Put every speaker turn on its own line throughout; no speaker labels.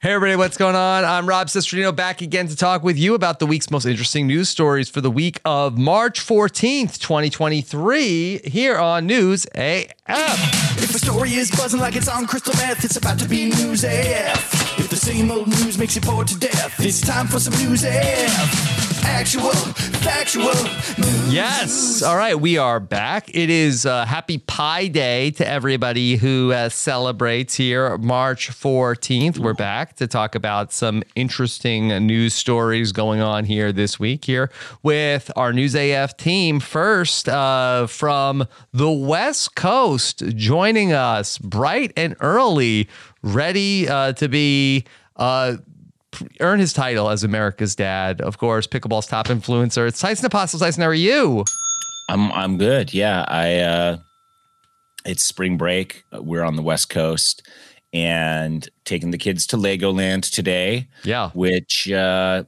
Hey, everybody, what's going on? I'm Rob Cisterino back again to talk with you about the week's most interesting news stories for the week of March 14th, 2023, here on News AF.
If a story is buzzing like it's on crystal meth, it's about to be news AF. If the same old news makes you bored to death, it's time for some news AF. Actual, factual
Oh
news.
Yes. All right, we are back. It is uh, Happy Pie Day to everybody who uh, celebrates here March 14th. We're back to talk about some interesting news stories going on here this week here with our News AF team. First, uh, from the West Coast, joining us bright and early, ready uh, to be. Uh, earn his title as America's dad. Of course, pickleball's top influencer. It's Tyson Apostle. Tyson, how are you?
I'm I'm good. Yeah, I uh it's spring break. We're on the West Coast and taking the kids to Legoland today,
Yeah.
which uh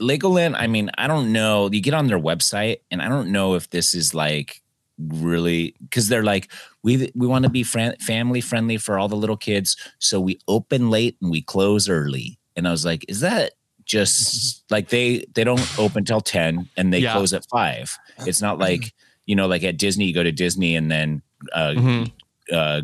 Legoland, I mean, I don't know. You get on their website and I don't know if this is like really cuz they're like we we want to be fran- family friendly for all the little kids, so we open late and we close early. And I was like, is that just like they they don't open till 10 and they
Yeah.
close at 5. It's not like, you know, like at Disney you go to Disney and then uh
Mhm.
uh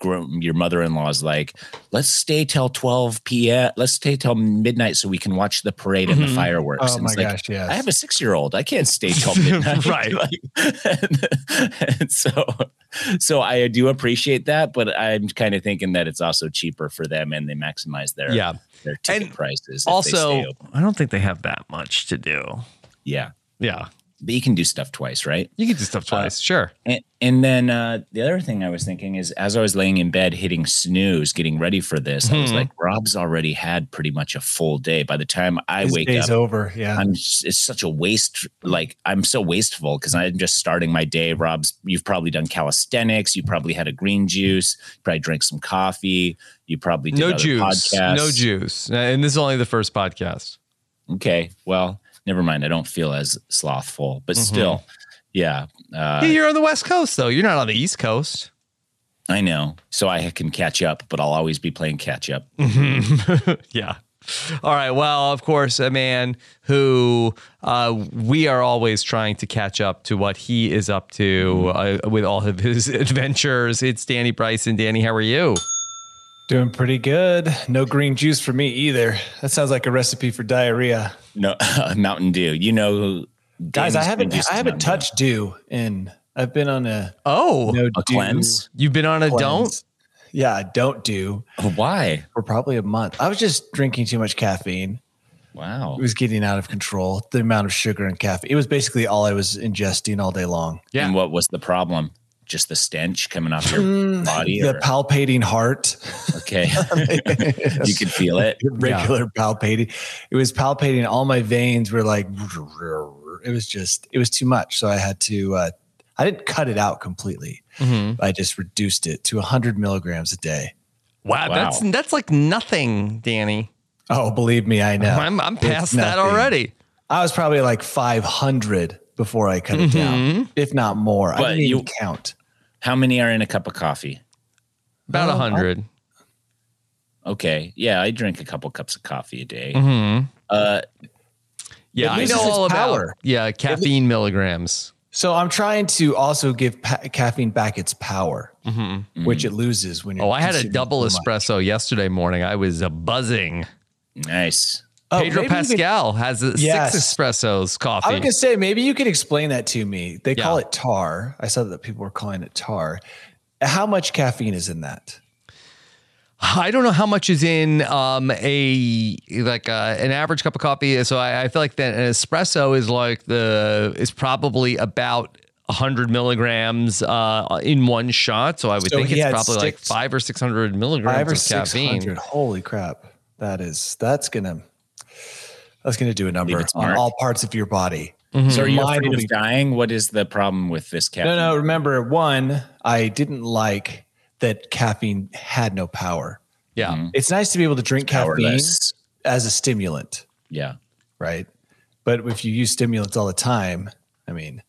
gro- your mother-in-law's like let's stay till 12 p.m let's stay till midnight so we can watch the parade and
Mhm.
the fireworks
Oh
and
my
it's like
gosh, yes.
i have a six-year-old i can't stay till midnight
Right.
Like, and, and so so i do appreciate that but i'm kind of thinking that it's also cheaper for them and they maximize their
Yeah.
their ticket
And
prices if they
Also,
stay open.
I don't think they have that much to do.
yeah
Yeah. Uh,
but you can do stuff twice right
You can do stuff twice. sure.
And, and then uh, the other thing I was thinking is, as I was laying in bed hitting snooze, getting ready for this, I was
Mhm.
like, Rob's already had pretty much a full day. By the time I
His
wake up,
day's over. Yeah.
I'm just, it's such a waste. Like I'm so wasteful because I'm just starting my day. Rob's, you've probably done calisthenics. You probably had a green juice. You probably drank some coffee. You probably did
No
other
juice.
podcasts.
No juice. And this is only the first podcast.
Okay, well, never mind. I don't feel as slothful, but
Mhm.
still, yeah. Uh,
Yeah, you're on the West Coast, though. You're not on the East Coast.
I know. So I can catch up, but I'll always be playing catch up.
yeah. All right. Well, of course, a man who uh, we are always trying to catch up to what he is up to uh, with all of his adventures. It's Danny Bryson. Danny, how are you?
Doing pretty good. No green juice for me either. That sounds like a recipe for diarrhea.
No, uh, Mountain Dew. You know,
Guys, I
Danny's
haven't
been used
I
to
haven't
Mountain Dew.
touched dew in I've been on a
Oh,
no
a
dew
cleanse. Oh,
you've been on a
cleanse.
don't?
Yeah, I don't do
Why?
for probably a month. I was just drinking too much caffeine.
Wow.
It was getting out of control. The amount of sugar and caffeine. It was basically all I was ingesting all day long.
Yeah.
And what was the problem? Just the stench coming off your body.
Mm, The
or-
palpating heart.
okay, you could feel it.
regular palpating. It was palpating all my veins were like it was just it was too much. So I had to uh I didn't cut it out completely.
Mhm.
I just reduced it to 100 milligrams a day.
Wow,
Wow.
that's that's like nothing, Danny.
Oh, believe me, I know.
I'm I'm
It's
past that
nothing.
already.
I was probably like 500 before I cut it
Mm-hmm.
down, if not more. I
But
didn't
you-
even count.
How many are in a cup of coffee?
About a
Well, I-
100
Okay, yeah, I drink a couple cups of coffee a day.
Mm-hmm.
Uh,
Yeah, I
loses
know
its
all about
power.
yeah caffeine milligrams.
So I'm trying to also give pa- caffeine back its power,
hmm
which it loses when you're
Oh, I had a
consuming
double
too much.
espresso yesterday morning. I was uh, buzzing.
nice.
Oh,
maybe
Pedro
you could-
Pascal has a
Yes.
six espressos coffee.
I was gonna say maybe you could explain that to me. They
Yeah.
call it tar. I saw that people were calling it tar. How much caffeine is in that?
I don't know how much is in um, a like uh, an average cup of coffee. So I, I feel like that an espresso is like the is probably about hundred milligrams uh, in one shot. So I would
So
think
he
it's
had
probably like
six-
five or six hundred milligrams
Five or
of
six
caffeine.
hundred. Holy crap! That is that's gonna that's gonna do a number
its
on
mark.
all parts of your body.
Mm-hmm.
So are you
Mine
afraid
will
of
be-
dying? What is the problem with this cat?
No, no. Remember, one, I didn't like that caffeine had no power.
Yeah,
It's nice to be able to drink caffeine
Powerless.
as a stimulant,
Yeah.
right? But if you use stimulants all the time, I mean,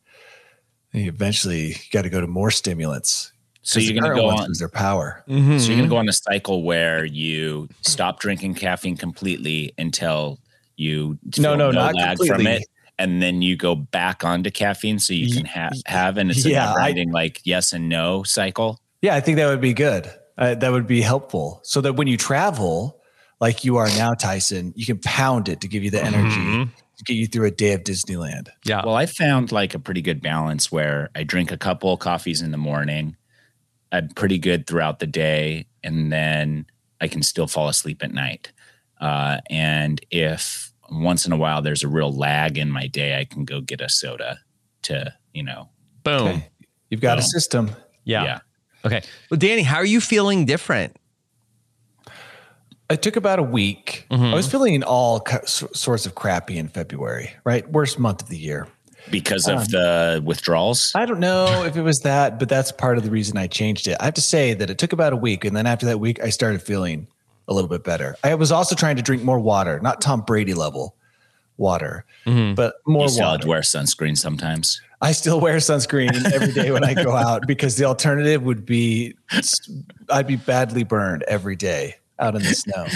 you eventually got to go to more stimulants.
So
'Cause
you're
the
gonna
current
go
ones
on.
lose their power.
Mm-hmm.
So
Mm-hmm.
you're gonna go on a cycle where you stop drinking caffeine completely until you
No,
feel
no, not
lag from
completely.
it, and then you go back onto caffeine so you can ha- have and it's
yeah,
a
I-
never-ending like yes and no cycle.
Yeah, I think that would be good. Uh, that would be helpful, so that when you travel, like you are now, Tyson, you can pound it to give you the energy
Mm-hmm.
to get you through a day of Disneyland.
Mm-hmm. yeah.
Well, I found like a pretty good balance where I drink a couple coffees in the morning. I'm pretty good throughout the day, and then I can still fall asleep at night. Uh, and if once in a while there's a real lag in my day, I can go get a soda to, you know,
Boom.
Okay. You've got a
Boom.
system.
Yeah. Okay. Well, Danny, how are you feeling different?
It took about a week.
Mm-hmm.
I was feeling all cu- s- sorts of crappy in February, right? Worst month of the year.
because of the withdrawals.
Um, I don't know if it was that, but that's part of the reason I changed it. I have to say that it took about a week. And then after that week, I started feeling a little bit better. I was also trying to drink more water, not Tom Brady level water, but more
Mm-hmm. You still had
water.
to wear sunscreen sometimes.
I still wear sunscreen every day when I go out because the alternative would be s- I'd be badly burned every day out in the snow.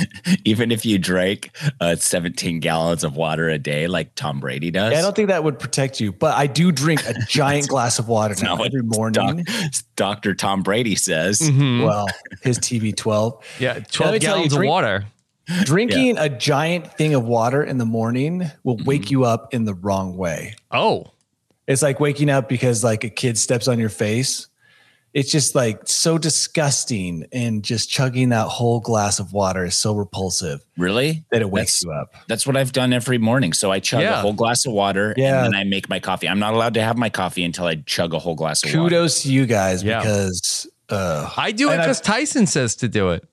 Even if you drank uh, 17 gallons of water a day, like Tom Brady does.
Yeah, I don't think that would protect you, but I do drink a giant glass of water now
not what
every morning.
Doc- Dr. Tom Brady says.
Mm-hmm.
Well, his TB12.
Yeah,
Let me
twelve
tell you,
gallons of
drink-
water.
Drinking a giant thing of water in the morning will wake you up in the wrong way.
Oh,
It's like waking up because like a kid steps on your face. It's just like so disgusting and just chugging that whole glass of water is so repulsive
Really?
that it wakes
That's-
you up.
That's what I've done every morning. So I chug
Yeah.
a whole glass of water
Yeah.
and then I make my coffee. I'm not allowed to have my coffee until I chug a whole glass of water.
Kudos to you guys
Yeah.
because uh
I do it
And I-
because Tyson says to do it.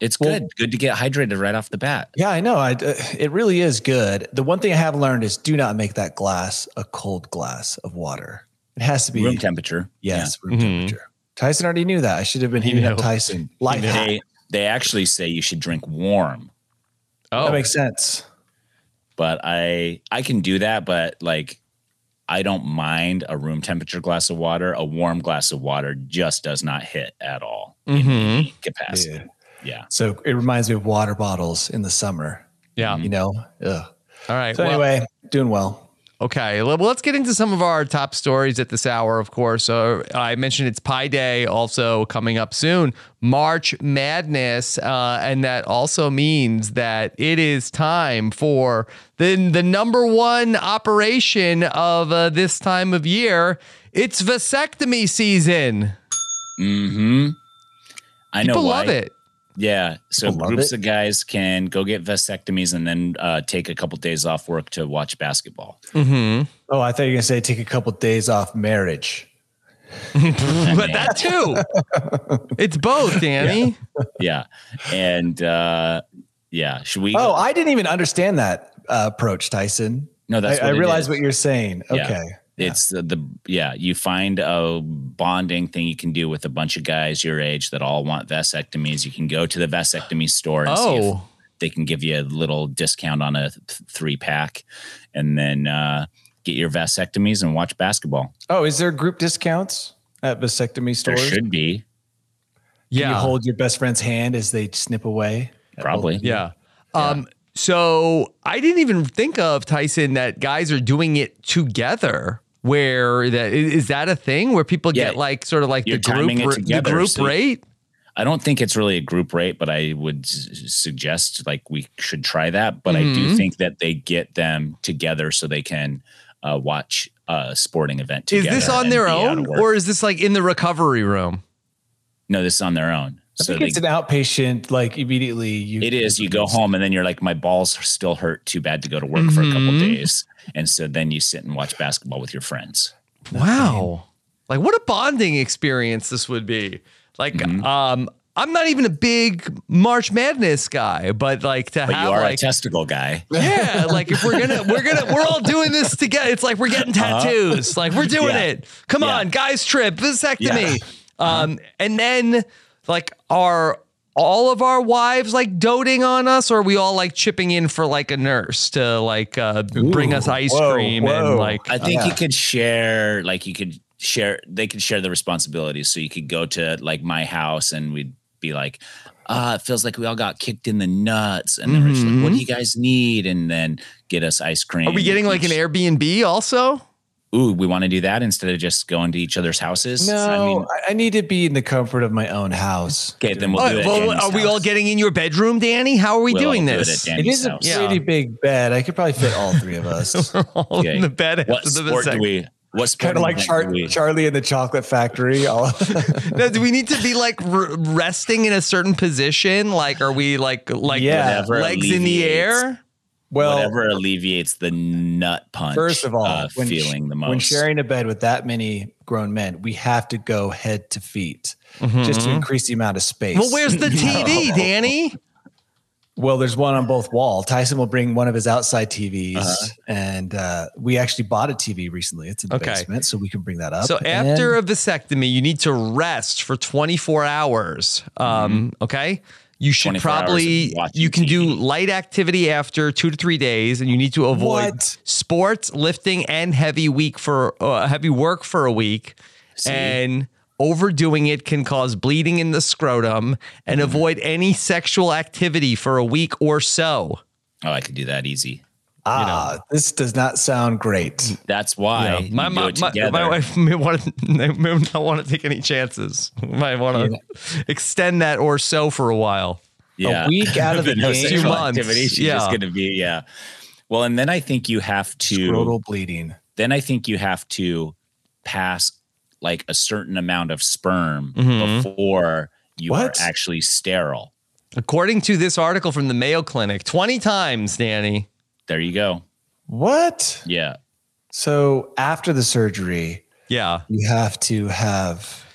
It's
Well-
good. Good to get hydrated right off the bat.
Yeah, I know. I, uh, it really is good. The one thing I have learned is do not make that glass a cold glass of water. It has to be
Room temperature.
Yes,
Mhm.
room temperature. Tyson already knew that. I should have been heating up
knew.
Tyson. Life
Yeah.
hack.
They they actually say you should drink warm,
Oh,
That makes sense.
but I I can do that, but like I don't mind a room temperature glass of water. A warm glass of water just does not hit at all in
Mhm.
any capacity.
Yeah.
Yeah.
So it reminds me of water bottles in the summer.
yeah.
Um,
You know. Ugh.
All right.
So
well-
anyway, doing well.
Okay, well, let's get into some of our top stories at this hour, of course. Uh, I mentioned it's Pi Day also coming up soon, March Madness. Uh, and that also means that it is time for the, the number one operation of uh, this time of year. It's vasectomy season.
Mm-hmm. I know
People
why.
love it.
Yeah. So
People love
groups
it.
of guys can go get vasectomies and then uh, take a couple days off work to watch basketball.
Oh, I thought you were gonna say take a couple days off marriage.
But that too. it's both, Danny.
Yeah. And uh, yeah, should we?
Oh, I didn't even understand that uh, approach, Tyson.
no,
I,
that's
I
what it
realize
is.
what you're saying.
Yeah.
Okay.
It's the, the yeah. You find a bonding thing you can do with a bunch of guys your age that all want vasectomies. You can go to the vasectomy store and see if
Oh,
they can give you a little discount on a th- three pack, and then uh, get your vasectomies and watch basketball.
Oh, is there group discounts at vasectomy
There
stores?
should be
Can
yeah.
you hold your best friend's hand as they snip away?
probably.
Yeah. Um, so I didn't even think of Tyson that guys are doing it together. Where that i- is that a thing where people
Yeah.
get like sort of like
You're
the group
timing it
r- the
together,
group
so-
rate?
I don't think it's really a group rate, but I would s- suggest like we should try that. But I
Mm-hmm.
do think that they get them together so they can uh, watch a sporting event
Is
together.
this on
and
their
be out of
own
work.
or is this like in the recovery room?
no? This is on their own.
I
So
think
they,
it's an outpatient. Like immediately, you
it is. You go home and then you're like, my balls are still hurt. Too bad to go to work for a couple
Mm-hmm.
days. And so then you sit and watch basketball with your friends.
Wow. Like what a bonding experience this would be. Like
Mm-hmm.
um I'm not even a big March Madness guy, but like to
But
have
you are a
like
testicle guy.
yeah, like if we're gonna we're gonna we're all doing this together. It's like we're getting tattoos. Like we're doing
Uh-huh. Yeah.
it. Come
Yeah. Uh-huh.
on, guys trip, vasectomy. Um and then like are all of our wives like doting on us or are we all like chipping in for like a nurse to like uh bring us ice
whoa,
cream
whoa.
and like
I think you could share, like you could share, they could share the responsibilities. So you could go to like my house and we'd be like, ah, it feels like we all got kicked in the nuts. And then we're just like, what do you guys need? And then get us ice cream.
Mm-hmm. are we getting like an
air?
Airbnb also?
Ooh, we want to do that instead of just going to each other's houses.
No,
I
I,
mean,
I need to be in the comfort of my own house.
okay, then we'll
Oh,
do it. at
well,
Jenny's
are we all
house.
getting in your bedroom, Danny? How are we
We'll
doing
all do it
this?
at
It
Danny's
is a
house.
pretty big bed. I could probably fit all three of us.
All
Okay.
in the bed
What
after the
sport do
vasectomy.
we? What sport
kind of like
do
Char-
we?
Charlie and the Chocolate Factory. All
Now, do we need to be like r- resting in a certain position? Like, are we like like
Yeah.
Whatever
legs in the
alleviates-
air?
well,
whatever alleviates the nut punch.
first of all,
uh,
when sh-
feeling the most.
when sharing a bed with that many grown men, we have to go head to feet just to increase the amount of space.
Well, where's the TV, Danny?
Well, there's one on both wall. Tyson will bring one of his outside TVs, and uh, we actually bought a TV recently. It's in the
Okay.
basement, so we can bring that up.
So
And
after a vasectomy, you need to rest for 24 hours. Um,
Mm-hmm.
okay. You should
24 hours of
probably
watching
you can do
TV.
light activity after two to three days, and you need to avoid
What?
sports, lifting, and heavy week for uh, heavy work for a week, and overdoing it can cause bleeding in the scrotum, and
Mm-hmm.
avoid any sexual activity for a week or so.
oh, I could do that easy.
ah, this does not sound great.
That's
my,
why you do
my,
it
my,
together.
my wife may, want to, may not want to take any chances. Might want to extend that or so for a while.
yeah.
A week out of the
The no
game,
Two
sexual
months,
activity. She's
yeah.
just going to be yeah. Well, and then I think you have to.
scrotal bleeding.
Then I think you have to pass like a certain amount of sperm before you
Mm-hmm. What?
are actually sterile.
According to this article from the Mayo Clinic, 20 times, Danny.
There you go.
What?
Yeah.
So after the surgery,
Yeah.
you have to have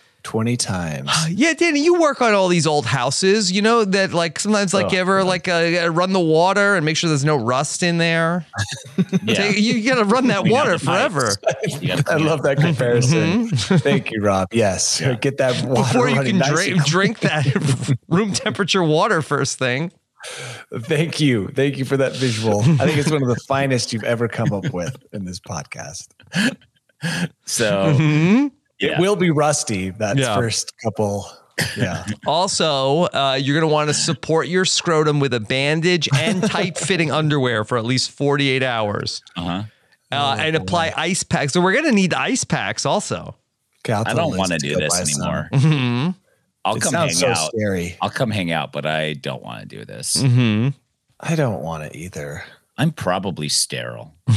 20 times.
Yeah, Danny, you work on all these old houses, you know, that like sometimes like you ever like uh, run the water and make sure there's no rust in there.
Yeah.
Take- you got to run that
Clean out
water
the pipes.
forever.
You gotta
I
clean
love
up.
that comparison. Thank you, Rob. Yes. Get that water
Before you can
running nice and
drink, drink that room temperature water first thing.
Thank you. Thank you for that visual. I think it's one of the finest you've ever come up with in this podcast.
So
Hmm?
yeah.
It will be rusty, that
Yeah.
first couple. Yeah.
Also, uh, you're going to want to support your scrotum with a bandage and tight fitting underwear for at least 48 hours
uh-huh.
uh, and apply ice packs. So, we're going to need ice packs also.
Okay, I'll
I
tell
don't
Liz
want to do
go
this
buy some.
anymore.
hmm
I'll
It
come hang
sounds so
out.
scary. Mm.
I'll come hang out, but I don't want to do this.
hmm
I don't want it either.
I'm probably sterile.
From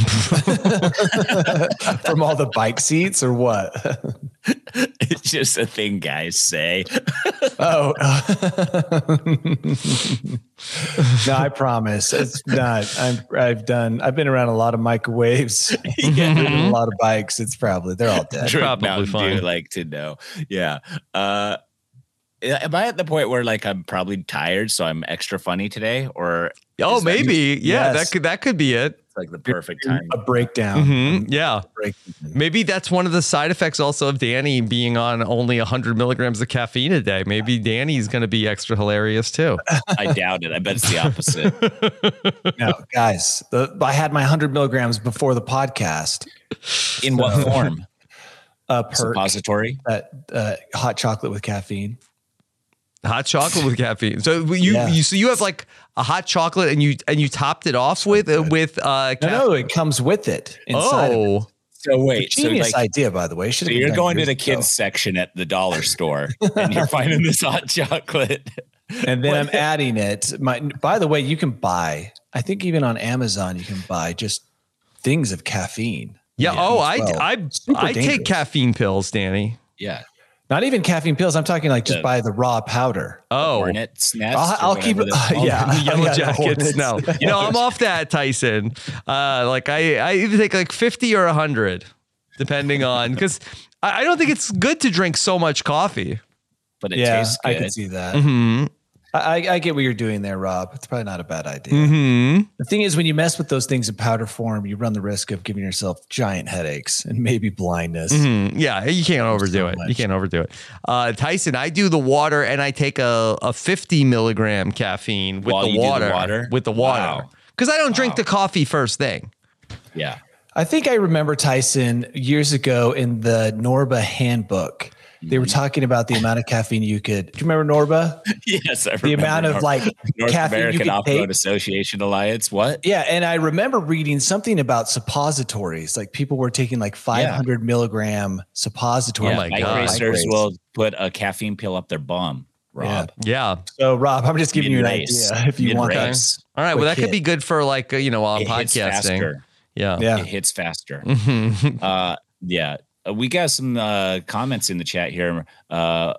all the bike seats or what?
it's just a thing guys say.
Oh. no, I promise. It's not. I'm, I've done, I've been around a lot of microwaves,
Mm-hmm.
a lot of bikes. It's probably, they're all dead.
Drink
probably
Mountain Dew,
fine.
like to know. Yeah. Uh, am I at the point where like I'm probably tired, so I'm extra funny today, or
Oh,
Is that-
maybe. yeah,
Yes. Oh,
that could that could be it.
it's like the perfect time?
A breakdown.
Mm-hmm.
hmm Yeah.
breakdown.
Maybe that's one of the side effects also of Danny being on only 100 milligrams of caffeine a day. Maybe Danny's going to be extra hilarious too.
I doubt it. I bet it's the opposite.
No, guys, the, I had my 100 milligrams before the podcast.
In what form?
Uh, per
Suppository.
that uh, hot chocolate with caffeine.
Hot chocolate with caffeine. So you
Yeah.
you so you have like a hot chocolate and you and you topped it off with with uh
No,
ca-
no, it comes with it. Inside of it.
oh
So wait, so
Genius
like,
idea, by the way. Should
so you're going to the kids section at the dollar store and you're finding this hot chocolate.
and then I'm adding it. My, by the way, you can buy. I think even on Amazon, you can buy just things of caffeine.
Yeah. oh, I
well,
I
super
I take
dangerous.
caffeine pills, Danny.
Yeah,
Not even caffeine pills. I'm talking like just
Yeah.
buy the raw powder.
Oh,
Hornets nest.
I'll,
or
I'll keep.
whatever they're called.
yeah,
the yellow
Yeah, the
jackets.
Hornets.
No, no, I'm off that, Tyson. Uh, like I, I either take like 50 or 100, depending on because I, I don't think it's good to drink so much coffee.
but it
Yeah,
tastes good.
I
Mm-hmm.
can see that.
Hmm.
I, I- I get what you're doing there, Rob. It's probably not a bad idea.
Mm-hmm.
Hmm.
The thing is, when you mess with those things in powder form, you run the risk of giving yourself giant headaches and maybe blindness.
Mm-hmm.
Hmm. Yeah, you can't overdo
so
it. You
much.
can't overdo it. Uh, Tyson, I do the water and I take a, a 50 milligram caffeine with
While
the
you do the
water,
water?
With the water.
Wow.
Because I don't drink the coffee first thing.
Yeah,
I think I remember Tyson years ago in the Norba handbook. They were talking about the amount of caffeine you could. Do you remember Norba?
yes. Mm-hmm. I
The
remember
amount of
North-
like
North
caffeine you
American
could
Off
take.
Road Association Alliance. What?
Yeah, and I remember reading something about suppositories. Like people were taking like 500 milligram suppository.
Oh my
bike
God.
racers will put a caffeine pill up their bum. Rob,
Yeah.
So Rob, I'm just giving you an
Mid-race.
idea if you want that.
Mid-race.
All right. Well,
Quick
that could
hit.
be good for like, uh, you know, while I'm
It hits
podcasting.
faster.
Yeah.
Yeah.
It hits faster.
Mhm.
uh yeah Uh, we got some uh comments in the chat here uh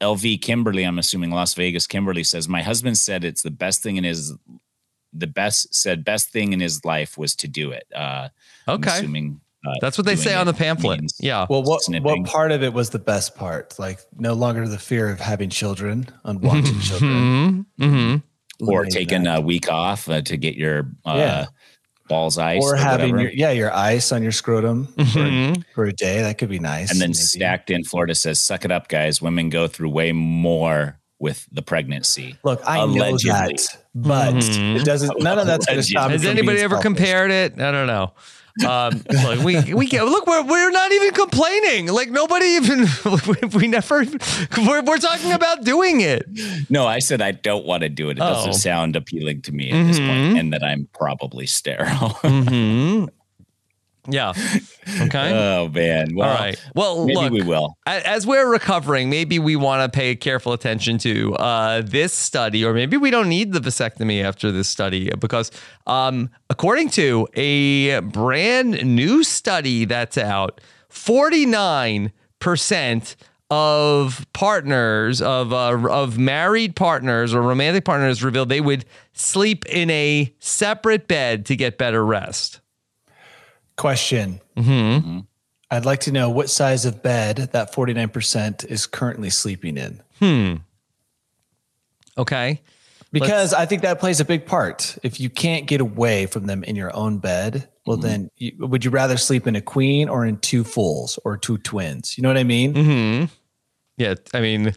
lv kimberly i'm assuming las vegas kimberly says my husband said it's the best thing in his the best said best thing in his life was to do it uh I'm
Okay.
assuming uh,
That's what they
doing
say on
it
the pamphlet.
means-
Yeah.
Well, what
Sniffing.
what part of it was the best part? Like no longer the fear of having children, unwanted children,
hmm hmm
or
Eliminate
taking
that.
a week off uh, to get your uh
Yeah.
balls ice
or
or,
having
whatever. Mm-hmm.
your yeah your ice on your scrotum for, for a day. That could be nice.
and then
maybe.
stacked in florida says suck it up guys women go through way more with the pregnancy
Look, I
Allegedly.
know that, but it doesn't. None of that's going to stop. me
Mm-hmm. Has
from
anybody
being
ever
selfish.
compared it? I don't know. Um, look, we we get, look. We're we're not even complaining. Like nobody even. we- We never. We're, we're talking about doing it.
No, I said I don't want to do it. It
Oh. Mm-hmm.
doesn't sound appealing to me at this point, and that I'm probably sterile. Mm-hmm.
Yeah. Okay.
oh man! Well,
All right. Well,
maybe
look.
we will.
a- As we're recovering, maybe we want to pay careful attention to uh, this study, or maybe we don't need the vasectomy after this study because, um, according to a brand new study that's out, 49% of partners, of, uh, of married partners or romantic partners revealed they would sleep in a separate bed to get better rest.
Question. I'd like to know what size of bed that 49% is currently sleeping in.
Okay.
Because I think that plays a big part. If you can't get away from them in your own bed, well, then you, would you rather sleep in a queen or in two fools or two twins? You know what I mean?
Yeah, I mean,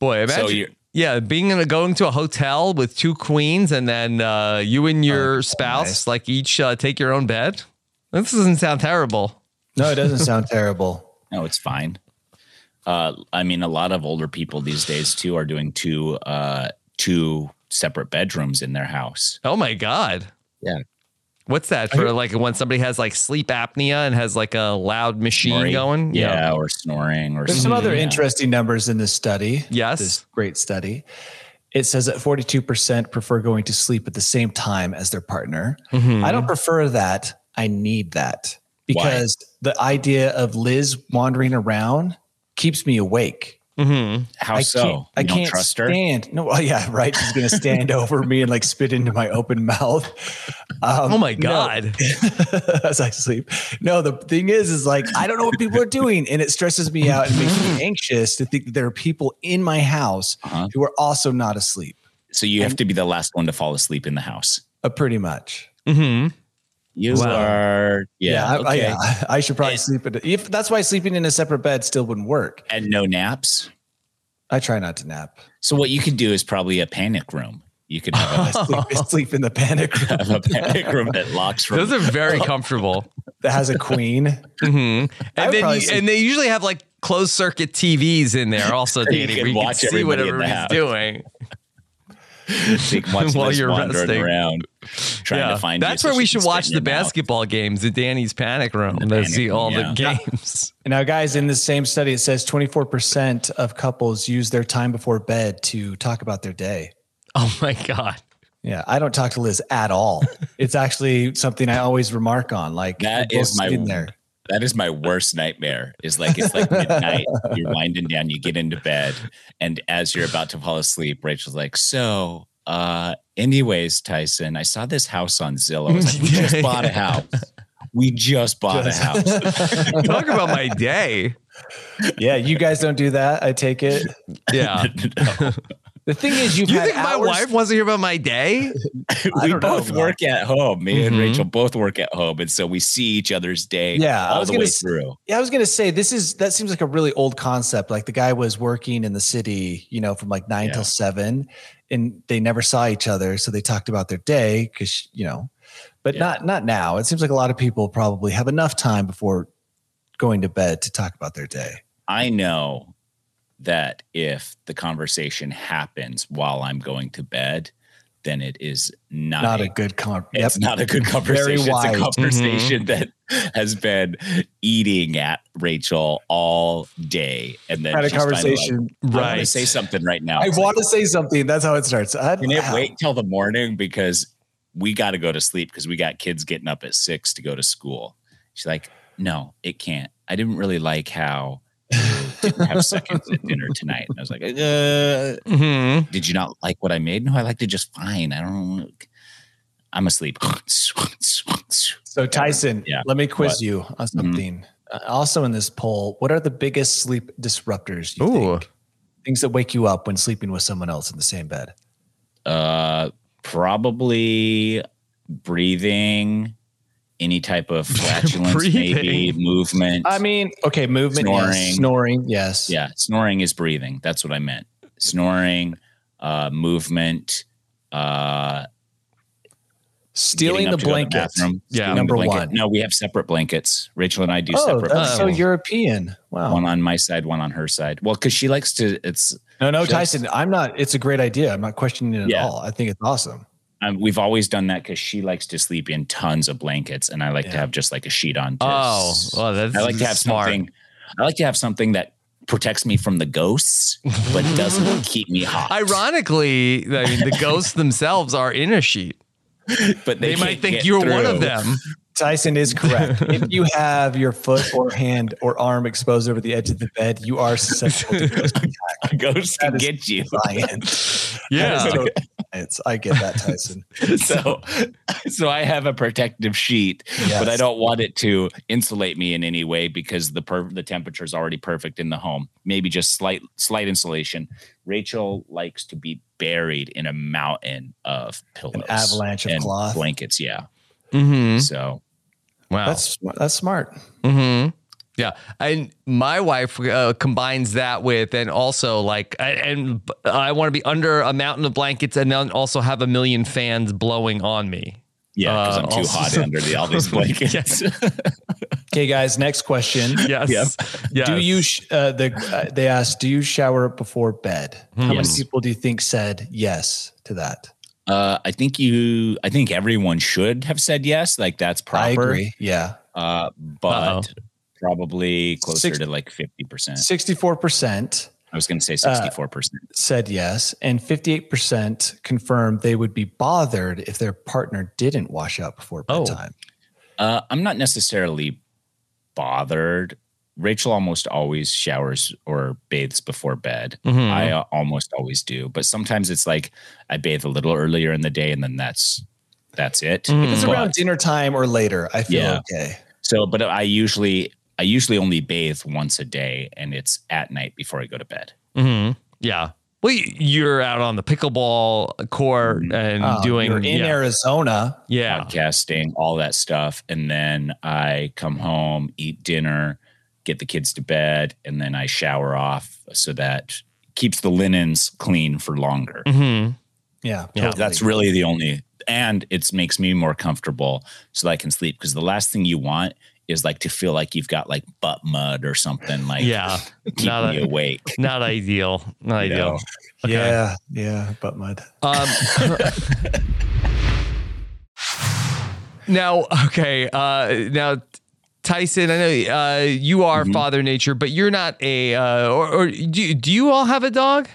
boy, imagine.
you're-
yeah, being in a, going to a hotel with two queens and then uh, you and
Oh,
your spouse like each uh, take your own bed. This doesn't sound terrible.
No, it doesn't sound terrible.
No, it's fine. Uh, I mean, a lot of older people these days too are doing two uh, two separate bedrooms in their house.
Oh my god.
Yeah.
What's that for? Like when somebody has like sleep apnea and has like a loud machine
Snoring.
going.
yeah, or snoring, or
There's some other
something, yeah.
interesting numbers in this study.
Yes.
This great study. It says that 42% prefer going to sleep at the same time as their partner.
Mm-hmm.
I
Mm-hmm.
don't prefer that. I need that because the idea of Liz wandering around keeps me awake.
hmm
How
I
so?
can't, I
You don't
can't
trust her.
stand. No, well, yeah, right. She's going to stand over me and like spit into my open mouth. Um,
Oh my
no.
god.
as I sleep. No, the thing is, is like I don't know what people are doing, and it stresses me out and makes me anxious to think that there are people in my house
Uh-huh.
who are also not asleep.
So you have to be the last one to fall asleep in the house.
Uh, pretty much.
hmm
You
Wow.
are, yeah,
I, I-
okay.
yeah, I should probably sleep. In, if that's why sleeping in a separate bed still wouldn't work.
and no naps.
I try not to nap.
So what you could do is probably a panic room. You could
I
have
sleep, I sleep in the panic room
a, have a panic room that locks from
Those are very comfortable.
that has a queen.
hmm
would
And then
probably
you,
say-
and they usually have like closed circuit TVs in there also, Danny,
can
where you can
watch
see what
everybody in the
everybody's
house.
doing.
Like watching
While
us
you're
wandering
resting.
around trying to find you
That's
so
where we
she can
should watch
spit in
the
your mouth.
basketball games, the Danny's Panic Room. to
panic
see
room,
all the
yeah.
games.
Now, guys, in this same study, it says 24% of couples use their time before bed to talk about their day.
Oh my god.
Yeah, I don't talk to Liz at all. it's actually something I always remark on. Like
That
we're both
is my-
sitting there.
That is my worst nightmare. Is like it's like midnight. You're winding down. You get into bed, and as you're about to fall asleep, Rachel's like, "So, uh, anyways, Tyson, I saw this house on Zillow. I was like, we just bought a house. We just bought a house.
Talk about my day.
Yeah, you guys don't do that. I take it.
Yeah.
The thing is, you've
You
had
think my
hours-
wife wants to hear about my day?
I
we
don't know,
both
man. Mm-hmm.
work at home. Me and
Mhm.
Rachel both work at home, and so we see each other's day.
Yeah, I
all
was
the
gonna
way
s-
through.
Yeah, I was gonna say this is that seems like a really old concept. Like the guy was working in the city, you know, from like nine
Yeah.
till seven, and they never saw each other, so they talked about their day because you know, but
Yeah.
not not now. It seems like a lot of people probably have enough time before going to bed to talk about their day.
I know that if the conversation happens while I'm going to bed, then it is not,
Not
a
a good con.
It's not a good conversation. It's
wide.
a conversation that has been eating at Rachel all day, and then
kind of
she's finally
conversation.
Like, I want
Right.
to say something right now.
I
It's
want
like,
to say something. That's how it starts. I,
Can it wait till the morning because we got to go to sleep because we got kids getting up at six to go to school. She's like, no, it can't. I didn't really like how you didn't have seconds at dinner tonight. And I was like, uh,
Mm-hmm.
did you not like what I made? No, I liked it just fine. I don't. I'm asleep.
So Tyson,
Yeah.
let me quiz
What? Mm-hmm.
you on something. Uh, also in this poll, what are the biggest sleep disruptors? You
Ooh.
think? Things that wake you up when sleeping with someone else in the same bed.
Uh, probably breathing, any type of flatulence, maybe
Breathing.
movement.
I mean, okay, movement,
Snoring.
yes. snoring, yes.
yeah, snoring is breathing. That's what I meant. Snoring, uh, movement, uh,
Stealing
getting
the
up to go to
blanket.
bathroom,
Yeah.
stealing the
Number
blanket.
one.
No, we have separate blankets. Rachel and I do
oh,
separate.
that's
blankets.
so European. Wow.
One on my side, one on her side. Well, because she likes to. It's
No, no,
Just-
Tyson, I'm not. It's a great idea. I'm not questioning it
Yeah.
at all. I think it's awesome.
um, we've always done that because she likes to sleep in tons of blankets, and I like to
Yeah.
have just like a sheet on. to
Oh,
s-
well, that's
I like to have
smart.
something. I like to have something that protects me from the ghosts, but doesn't keep me hot.
Ironically, I mean, the ghosts themselves are in a sheet.
but
They,
they,
might
can't
think
get
you're one of
through.
them.
Tyson is correct. if you have your foot or hand or arm exposed over the edge of the bed, you are susceptible to ghost
Ghosts can
That is-
get you.
science.
Yeah.
So, it's, I get that, Tyson.
so so I have a protective sheet, but I
Yes.
don't want it to insulate me in any way because the per- the temperature is already perfect in the home. Maybe just slight slight insulation. Rachel likes to be buried in a mountain of pillows,
avalanche of
and
cloth. Hmm?
blankets. Yeah,
Mm-hmm.
so
Wow.
That's that's smart.
hmm Yeah, and my wife uh, combines that with, and also like, I- and I want to be under a mountain of blankets, and then also have a million fans blowing on me.
yeah, because
Uh,
I'm too
also-
hot under the, all these blankets.
Okay, guys. Next question.
Yes.
Yeah.
Yes.
Do you sh- uh, the uh, they asked? Do you shower before bed? How
Yes.
Hmm.
many people do you think said yes to that?
Uh, I think you. I think everyone should have said yes. Like that's proper.
I agree. Yeah,
Uh, but
Uh-oh.
probably closer
Six-
to like fifty percent.
sixty-four percent
I was going
Uh,
to say 64%.
said yes, and fifty-eight percent confirmed they would be bothered if their partner didn't wash up before
Oh.
bedtime.
Uh, I'm not necessarily bothered. Rachel almost always showers or bathes before bed.
Mhm.
I uh, almost always do, but sometimes it's like I bathe a little earlier in the day and then that's that's it.
Mm.
If it's
But-
around dinner time or later, I feel
Yeah.
okay.
so but I usually I usually only bathe once a day and it's at night before I go to bed.
Mhm. Yeah. Well, y- you're out on the pickleball court and
Oh,
doing
you're in
yeah.
Arizona.
yeah.
Podcasting, all that stuff and then I come home, eat dinner, get the kids to bed and then I shower off so that keeps the linens clean for longer.
hmm
Yeah,
Yeah.
totally.
That's really the only, and it makes me more comfortable so that I can sleep. Because the last thing you want is like to feel like you've got like butt mud or something like
Yeah.
keeping
Not
you
a-
awake.
Not ideal. Not
you
ideal.
know?
Yeah, yeah, butt mud.
Um, now, okay. Uh, now, Tyson, I know uh, you
Mm-hmm.
are Father Nature, but you're not a. Uh, or, or do, do you all have a dog?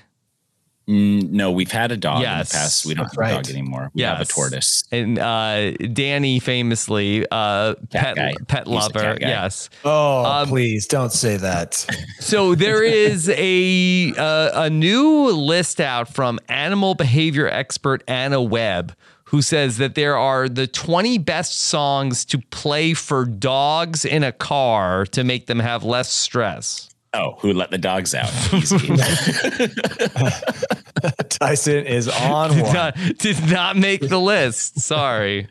Mm, no, we've had a dog
Yes.
in the past. We don't have a
Right.
dog anymore. We have a
Yes.
tortoise.
And uh, Danny famously, uh, pet
guy.
pet
He's a cat
lover.
guy.
Yes.
Oh,
Um,
please don't say that.
So there is a uh, a new list out from animal behavior expert Anna Webb, who says that there are the 20 best songs to play for dogs in a car to make them have less stress.
Oh, who let the dogs out? Easy.
Tyson is on
Did
one.
not, did not make the list. Sorry.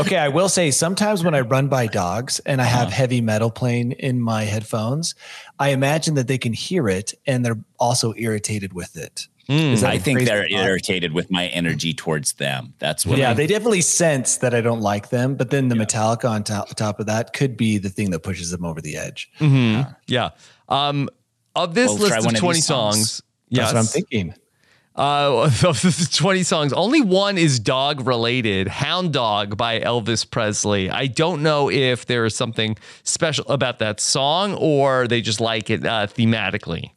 Okay, I will say sometimes when I run by dogs and I
Uh-huh.
have heavy metal playing in my headphones, I imagine that they can hear it and they're also irritated with it. Is that
I
a
think
crazy
they're
thought?
irritated with my energy towards them. That's what.
Yeah,
I-
they definitely sense that I don't like them, but then the Metallica on top, top of that could be the thing that pushes them over the edge.
Mm, Yeah. Um, of this
Well, try
list
one
of
of
20
these
songs.
songs.
That's
Yes.
what I'm thinking.
Uh, of the 20 songs, only one is dog related Hound Dog by Elvis Presley. I don't know if there is something special about that song or they just like it uh, thematically.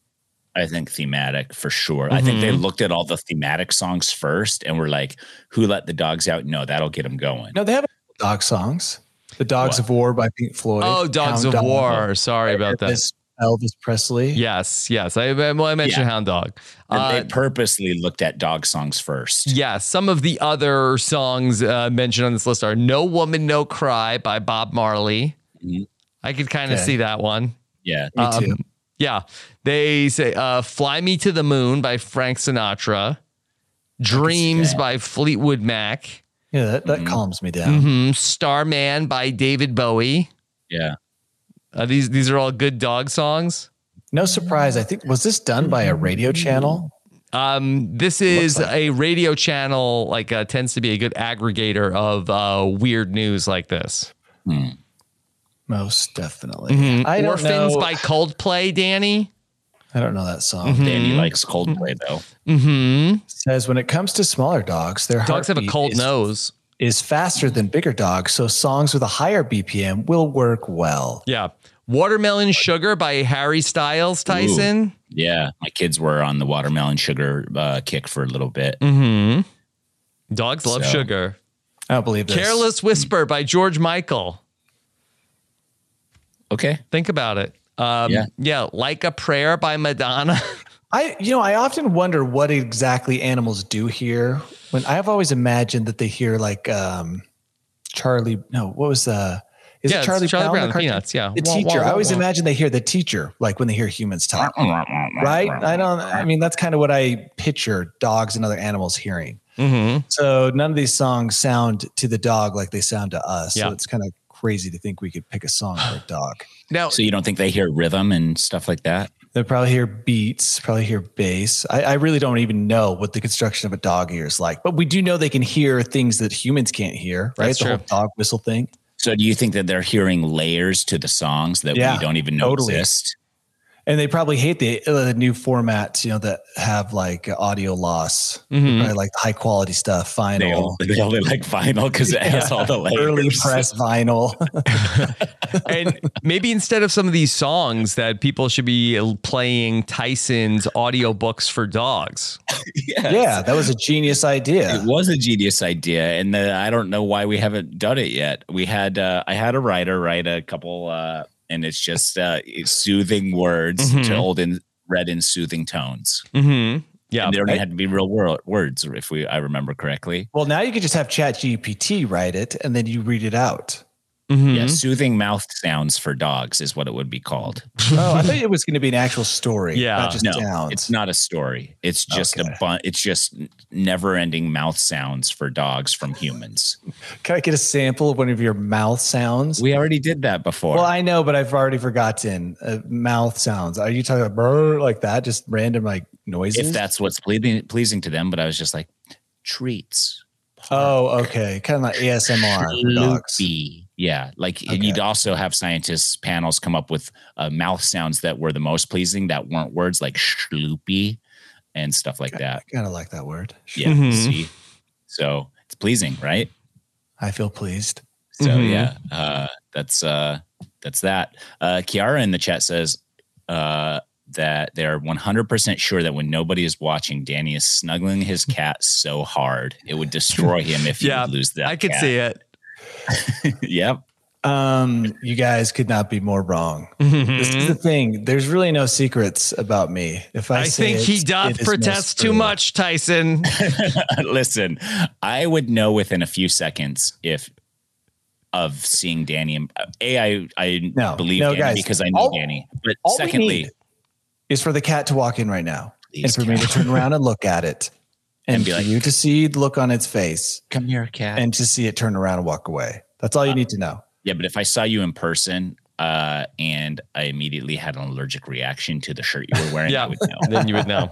I think thematic for sure. I think they
Mm-hmm.
looked at all the thematic songs first and were like, "Who let the dogs out?" No, that'll get them going.
No, they have dog songs. The Dogs of War by Pink Floyd.
Oh, Dogs of
Hound Dog,
War. Sorry about that.
Elvis, Elvis Presley.
Yes, yes. I, I- well, I mentioned
Yeah.
Hound Dog.
And
Uh,
they purposely looked at dog songs first.
yeah, some of the other songs uh, mentioned on this list are No Woman, No Cry by Bob Marley.
Mhm.
I could kind of
Mm-hmm. Okay.
see that one.
Mm-hmm.
Yeah,
Me too.
Um, Yeah. They say uh, Fly Me to the Moon by Frank Sinatra, Dreams by Fleetwood Mac,
Yeah, that, that
mm-hmm.
calms me down.
mhm, Starman by David Bowie.
yeah.
Uh, these these are all good dog songs.
No surprise. I think was this done by a radio
Mm-hmm.
channel?
Um, this is a radio channel like uh, tends to be a good aggregator of uh, weird news like this.
Hmm.
Most definitely. I don't
Mm-hmm. Orphans
know.
by Mm-hmm. Coldplay, Danny.
I don't know that song.
Danny likes Coldplay though.
Mm-hmm. Says when it comes to smaller dogs, their
Mm-hmm. Dogs have a
heartbeat
cold
is,
nose.
is faster than bigger dogs, so songs with a higher BPM will work well.
Yeah. Watermelon Sugar by Harry Styles Tyson.
Yeah, my kids were on the watermelon sugar uh, kick for a little bit.
Mm-hmm. Dogs love
So-
sugar.
I don't believe this.
Careless Whisper by George Michael.
Okay,
Think about it. Um, yeah.
Yeah.
Like a Prayer by Madonna.
I you know I often wonder what exactly animals do here. When I've always imagined that they hear like um Charlie. No, what was the? Is
Yeah,
it
it's
Charlie,
Charlie
Brown?
Brown,
the cartoon?
Peanuts, yeah.
the
Wah, wah,
teacher. I
wah,
always
wah.
imagine they hear the teacher, like when they hear humans talk. right? I don't. I mean, that's kind of what I picture dogs and other animals hearing.
Mm-hmm.
So none of these songs sound to the dog like they sound to us.
Yeah.
So it's kind of crazy to think we could pick a song for a dog.
now,
So you don't think they hear rhythm and stuff like that?
They probably hear beats, probably hear bass. I, I really don't even know what the construction of a dog ear is like, but we do know they can hear things that humans can't hear, right?
That's
the whole
true.
dog whistle thing.
So do you think that they're hearing layers to the songs that
Yeah,
we don't even know
totally.
exist?
And they probably hate the, uh, the new formats, you know, that have like audio loss,
Mm-hmm.
probably like high quality stuff,
They,
final,
only, they only like vinyl because it has all the layers.
early press vinyl.
and maybe instead of some of these songs that people should be playing Tyson's audiobooks for dogs.
Yes.
Yeah, that was a genius idea.
It was a genius idea, and the, I don't know why we haven't done it yet. We had uh, I had a writer write a couple, uh, and it's just uh, it's soothing words
Mhm.
told in read in soothing tones.
Mm-hmm. Yeah.
And they only had to be real world words, if we I remember correctly.
Well, now you could just have Chat GPT write it and then you read it out.
Mhm.
Yeah, soothing mouth sounds for dogs is what it would be called.
Oh, I thought it was going to be an actual story.
Yeah.
Not just
No,
sounds.
it's not a story. It's just
Okay.
a bun. It's just never-ending mouth sounds for dogs from humans.
Can I get a sample of one of your mouth sounds?
We already did that before.
well, I know, but I've already forgotten uh, mouth sounds. Are you talking about brr like that? Just random like noises?
if that's what's pleasing, pleasing to them, but I was just like treats.
Oh, okay. Kind of like ASMR for dogs.
Loopy. Yeah, like and you'd also have scientists panels come up with uh, mouth sounds that were the most pleasing that weren't words like shloopy and stuff like
I
that.
kind of like that word.
Yeah,
Mhm.
see, so it's pleasing, right?
I feel pleased.
So
Mm-hmm.
Mhm.
yeah, uh, that's uh, that's that. Uh, Kiara in the chat says uh, that they're 100% sure that when nobody is watching, Danny is snuggling his cat so hard it would destroy him if he
Yeah,
would lose that.
I could
cat.
see it.
yep.
Um, you guys could not be more wrong.
Mm-hmm.
This is the thing. There's really no secrets about me. If I,
Hmm? I
say
think
it,
he
it
doth
is
protest
most
too
true.
much, Tyson.
Listen, I would know within a few seconds if of seeing Danny. uh, A, I I
No,
believe
no,
Danny
guys.
because I know
All-
Danny. But
all we
secondly,
need Is for the cat to walk in right now
Please,
and for me to
cat.
turn around and look at it and,
And be
for
like-
you to see the look on its face
come here, cat.
and to see it turn around and walk away. That's all you need to know.
yeah, but if I saw you in person uh, and I immediately had an allergic reaction to the shirt you were wearing,
Yeah.
I would know.
then you would know.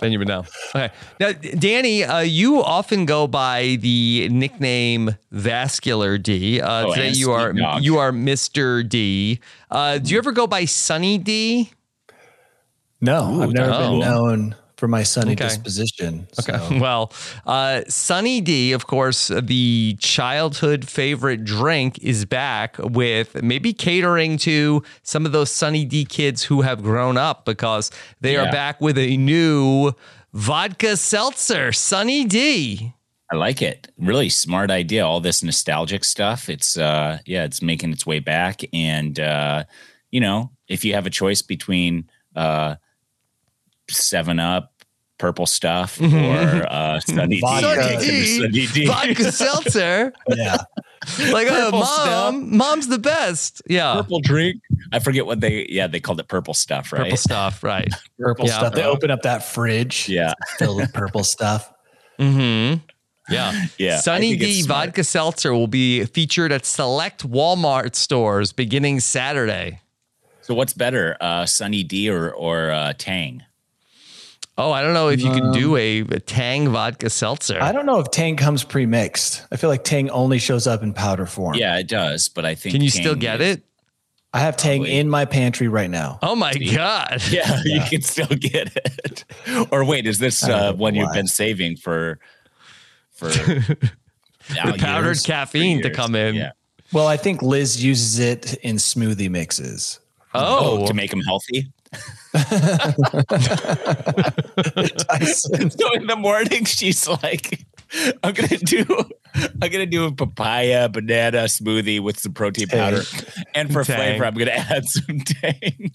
Then you would know. Okay. Now, Danny, uh, you often go by the nickname Vascular D. Uh,
Oh,
today
and
you are
Sneak Dog.
you are Mister D. Uh, do you ever go by Sunny D?
No,
Ooh,
I've never
that's
been
cool.
known for my sunny
Okay.
disposition.
Okay.
so-
Well, uh, Sunny D, of course, the childhood favorite drink is back with maybe catering to some of those Sunny D kids who have grown up because they are
Yeah.
back with a new vodka seltzer, Sunny D.
I like it. Really smart idea. All this nostalgic stuff. It's uh yeah, it's making its way back. And uh, you know, if you have a choice between uh seven up, purple stuff, or uh Sunny D,
Vodka.
take them to
Mm-hmm. Sunny
Sunny D.
Vodka seltzer.
Yeah.
Like, oh,
Purple
mom,
stuff.
mom's the best. Yeah.
purple drink. I forget what they yeah, they called it purple stuff, right?
Purple stuff, right.
Purple
Yeah.
stuff. They open up that fridge
Yeah,
filled with purple stuff.
Mm-hmm. Yeah.
yeah. I
Sunny
think it's
D
smart.
vodka seltzer will be featured at select Walmart stores beginning Saturday.
So what's better, uh Sunny D or or uh Tang?
Oh, I don't know if you can do a, a Tang vodka seltzer.
I don't know if Tang comes pre-mixed. I feel like Tang only shows up in powder form.
Yeah, it does, but I think
Can you
Tang
still get
is-
it?
I have Tang
Probably.
in my pantry right now.
Oh my God.
Yeah, you can still get it. Or wait, is this
I don't
uh,
know
one you've
why.
been saving for for now
With powdered
years? For
caffeine to
years.
come in.
Yeah.
Well, I think Liz uses it in smoothie mixes.
Oh,
to make them healthy.
Tyson.
So in the morning, she's like, "I'm gonna do, I'm gonna do a papaya banana smoothie with some protein powder, and for
Tang.
flavor, I'm gonna add some tang."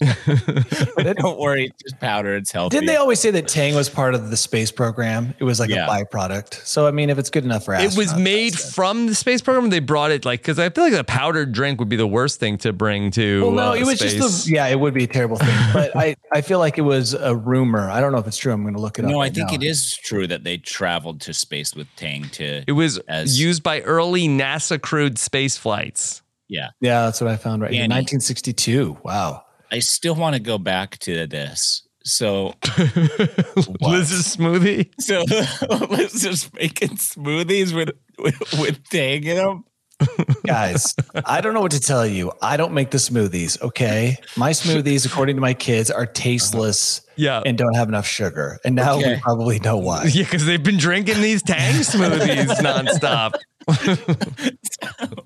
but don't worry, it's just powder. It's healthy.
Didn't they always say that Tang was part of the space program? It was like
Yeah.
a byproduct. So I mean, if it's good enough for
it was
astronauts,
made
that's good.
from the space program. They brought it like because I feel like a powdered drink would be the worst thing to bring to.
Well, no,
uh,
it was
space.
just a, yeah, it would be a terrible thing. But I, I feel like it was a rumor. I don't know if it's true. I'm going to look it up.
No, I
right
think
now.
it is true that they traveled to space with tang to.
It was
as-
used by early NASA crewed space flights.
yeah,
Yeah, that's what I found right here.
Danny.
1962. Wow.
I still want to go back to this. So
Liz's smoothie.
So let's just making smoothies with with, with tang in them.
Guys, I don't know what to tell you. I don't make the smoothies, okay? My smoothies, according to my kids, are tasteless
Yeah.
and don't have enough sugar. And now
Okay.
we probably know why.
Yeah, because they've been drinking these Tang smoothies nonstop.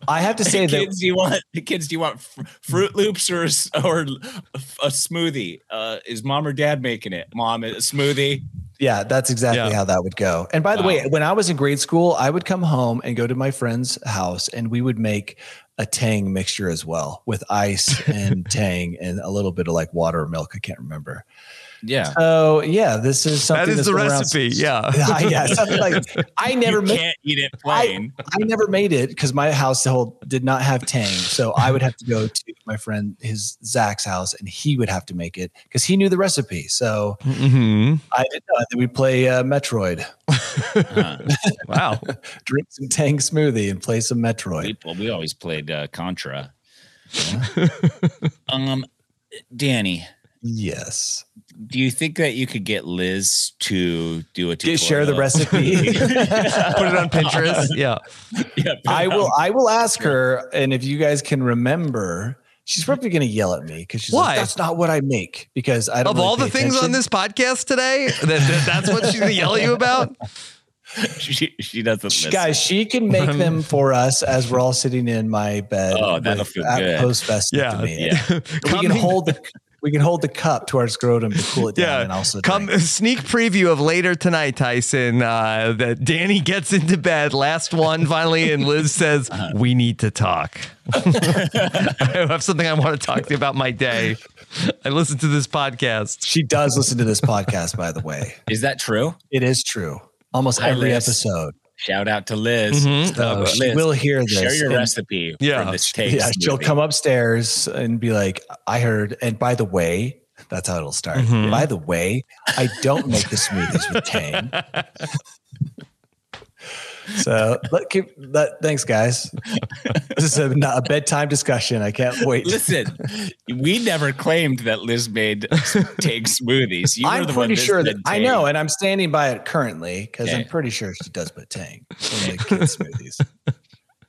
I have to say that
kids, do you want the kids? Do you want fr- Fruit Loops or s- or a smoothie? Uh, is mom or dad making it? Mom, a smoothie.
yeah, that's exactly
Yeah.
how that would go. And by the way,
Wow.
when I was in grade school, I would come home and go to my friend's house and we would make a tang mixture as well with ice and tang and a little bit of like water or milk. I can't remember.
Yeah,
So yeah, this is something
is
that's
the
been around
recipe,
since-
yeah.
yeah, something like I never
you
made,
can't eat it plain.
I never made it because my household did not have tang, so I would have to go to my friend his Zach's house, and he would have to make it because he knew the recipe. So
Mm-hmm.
I didn't know that we play uh, Metroid,
Huh.
Wow.
drink some tang smoothie, and play some
we,
Metroid.
well, we always played uh, Contra. um, Danny,
Yes.
Do you think that you could get Liz to do a tutorial?
Get share the recipe.
Put it on Pinterest. Yeah.
Yeah,
I will. I will ask her, and if you guys can remember, she's probably going to yell at me because she's
Why?
like, "That's not what I make." Because I don't.
Of
really
all the
pay
things on
attention.
this podcast today, that, that- that's what she's gonna yell at you about.
she, she doesn't.
She-
listen.
guys, she can make them for us as we're all sitting in my bed.
Oh, that'll
with-
feel
at
good.
Post vasectomy.
Yeah.
We can hold the. We can hold the cup to our scrotum to cool it down,
Yeah,
and also
come
drink.
sneak preview of later tonight, Tyson. Uh, that Danny gets into bed, last one finally, and Liz says,
Uh-huh.
"We need to talk. I have something I want to talk to you about my day. I listened to this podcast.
She does listen to this podcast, by the way.
is that true?
It is true. Almost
Hi,
every
Liz.
episode.
Shout out to Liz.
Mhm.
So
but
Mm-hmm. Uh, she
Liz,
will hear this.
Share your
and-
recipe.
Yeah.
for this taste.
Yeah, she'll
movie.
come upstairs and be like, I heard. And by the way, that's how it'll start.
Mm-hmm.
By the way, I don't make the smoothies with Tang. so let, keep that. Thanks, guys. This is a, not a bedtime discussion. I can't wait.
Listen, we never claimed that Liz made take smoothies. You were
I'm
the one
pretty sure that
said
I
take.
know, and I'm standing by it currently because
Okay.
I'm pretty sure she does put Tang in the kids' smoothies.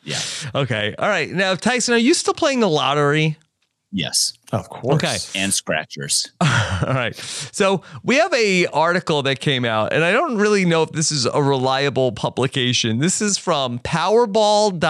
Yeah.
Okay, all right. Now, Tyson, are you still playing the lottery?
Yes.
Of course.
Okay.
And scratchers.
All right. So we have a article that came out, and I don't really know if this is a reliable publication. This is from powerball.us.org.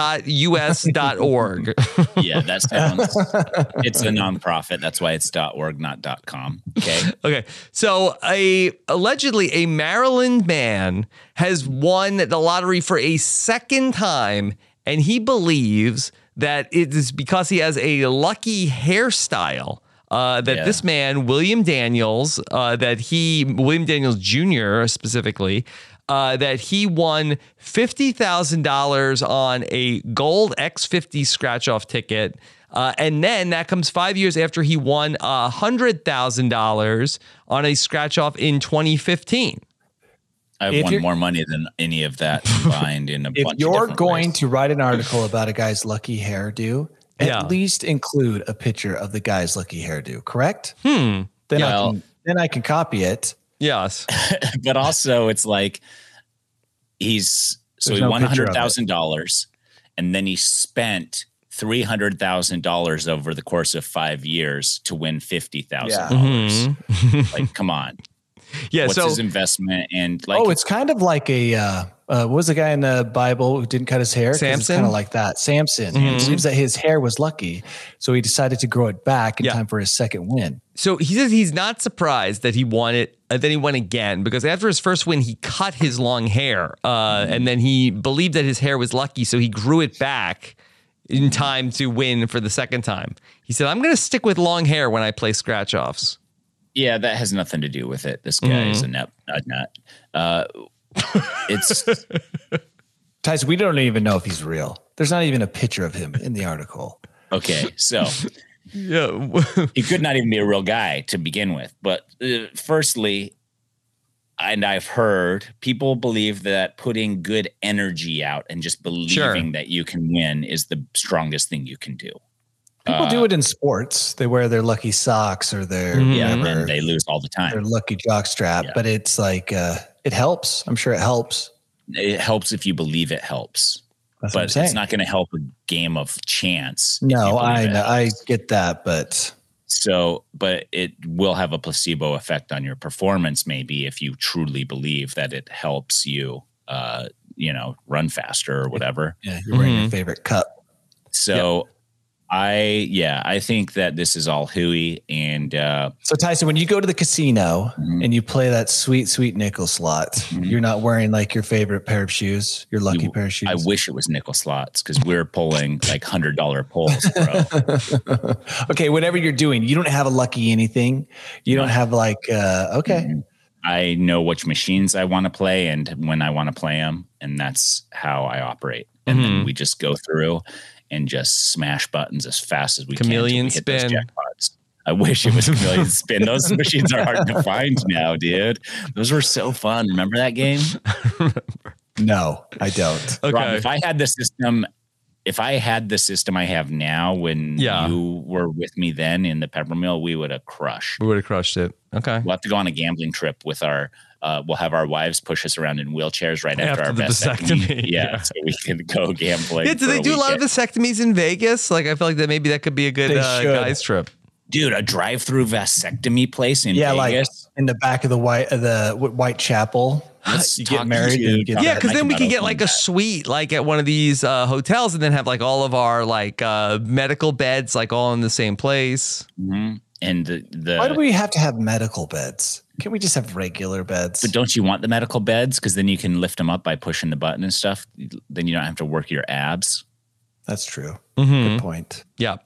Yeah, that's it's a nonprofit. That's why it's .org, not .com. Okay.
okay. So a allegedly a Maryland man has won the lottery for a second time, and he believes that it is because he has a lucky hairstyle. Uh, that
Yeah.
this man William Daniels, uh, that he William Daniels Jr. specifically, uh, that he won fifty thousand dollars on a gold X fifty scratch off ticket, uh, and then that comes five years after he won uh, hundred thousand dollars on a scratch off in twenty fifteen.
I've
If
won
you're-
more money than any of that combined in a
if
bunch of
you're
different
going
ways.
to write an article about a guy's lucky hairdo, at
Yeah.
least include a picture of the guy's lucky hairdo, correct? Hmm. Then I
Well-
can then I can copy it.
Yes.
but also it's like he's so
There's
he
no
won
picture of
hundred thousand dollars and then he spent three hundred thousand dollars over the course of five years to win fifty thousand dollars.
Mm-hmm.
Like, come on.
Mm-hmm. Yeah.
What's
so
his investment? And like
oh, it's kind of like a uh, uh, what was the guy in the Bible who didn't cut his hair? 'Cause it's
Samson?
kind of like that. Samson.
Mm-hmm.
It seems that his hair was lucky, so he decided to grow it back in
Yeah.
time for his second win.
So he says he's not surprised that he won it, and then he won again because after his first win, he cut his long hair, uh, and then he believed that his hair was lucky, so he grew it back in time to win for the second time. He said, "I'm going to stick with long hair when I play scratch offs."
yeah, that has nothing to do with it. This guy
Mm-hmm.
is a nut. A nut. Uh, it's
Tyson, we don't even know if he's real. There's not even a picture of him in the article.
okay. So
Yeah,
he could not even be a real guy to begin with. But uh, firstly, and I've heard people believe that putting good energy out and just believing
Sure.
that you can win is the strongest thing you can do.
People
Uh,
do it in sports. They wear their lucky socks or their
mm-hmm. Yeah,
whatever.
and they lose all the
their
time.
lucky jock strap,
Yeah.
but it's like uh, it helps. I'm sure it helps.
It helps if you believe it helps,
That's what I'm
but
saying.
it's not going to help a game of chance. if you
no,
believe
I
it.
know, I get that, but
So, but it will have a placebo effect on your performance, maybe if you truly believe that it helps you, uh, you know, run faster or whatever.
yeah, you're wearing
Mm-hmm.
your favorite cup.
So, I yeah, I think that this is all hooey, and uh,
So Tyson, when you go to the casino and you play that sweet, sweet nickel slot, you're not wearing like your favorite pair of shoes, your lucky
You-
pair of shoes.
I wish it was nickel slots because we're pulling like hundred dollar pulls, bro.
okay, whatever you're doing, you don't have a lucky anything. You don't have like uh, okay,
I know which machines I want to play and when I want to play them, and that's how I operate. And
Mm-hmm.
then we just go through and just smash buttons as fast as we
Chameleon
can. till we hit those
spin.
jackpots. I wish it was chameleon spin. Those machines are hard to find now, dude. Those were so fun. Remember that game?
no, I don't.
okay.
Rob, if I had the system if I had the system I have now, when
Yeah.
you were with me then in the peppermill, we would have crushed.
We would have crushed it. Okay.
We'll have to go on a gambling trip with our. Uh, we'll have our wives push us around in wheelchairs right after,
After
our
the
vasectomy.
vasectomy,
Yeah,
yeah.
so we can go gambling.
yeah, do
for
they do a lot of
weekend.
vasectomies in Vegas? Like, I feel like that maybe that could be a good
They
uh,
should.
guys trip.
Dude, a drive-through vasectomy place in
yeah, like
Vegas.
in the back of the white of the Wh- White Chapel.
Let's
You
talk
get married.
to
and you get
Dr.
Yeah,
that.
because then we
Mike
could
about
get like a
that.
suite, like at one of these uh, hotels, and then have like all of our like uh, medical beds, like all in the same place.
Mhm. and the, the
Why do we have to have medical beds? Can't we just have regular beds?
But don't you want the medical beds? Because then you can lift them up by pushing the button and stuff. Then you don't have to work your abs.
That's true.
Mm-hmm.
Good point.
Yeah.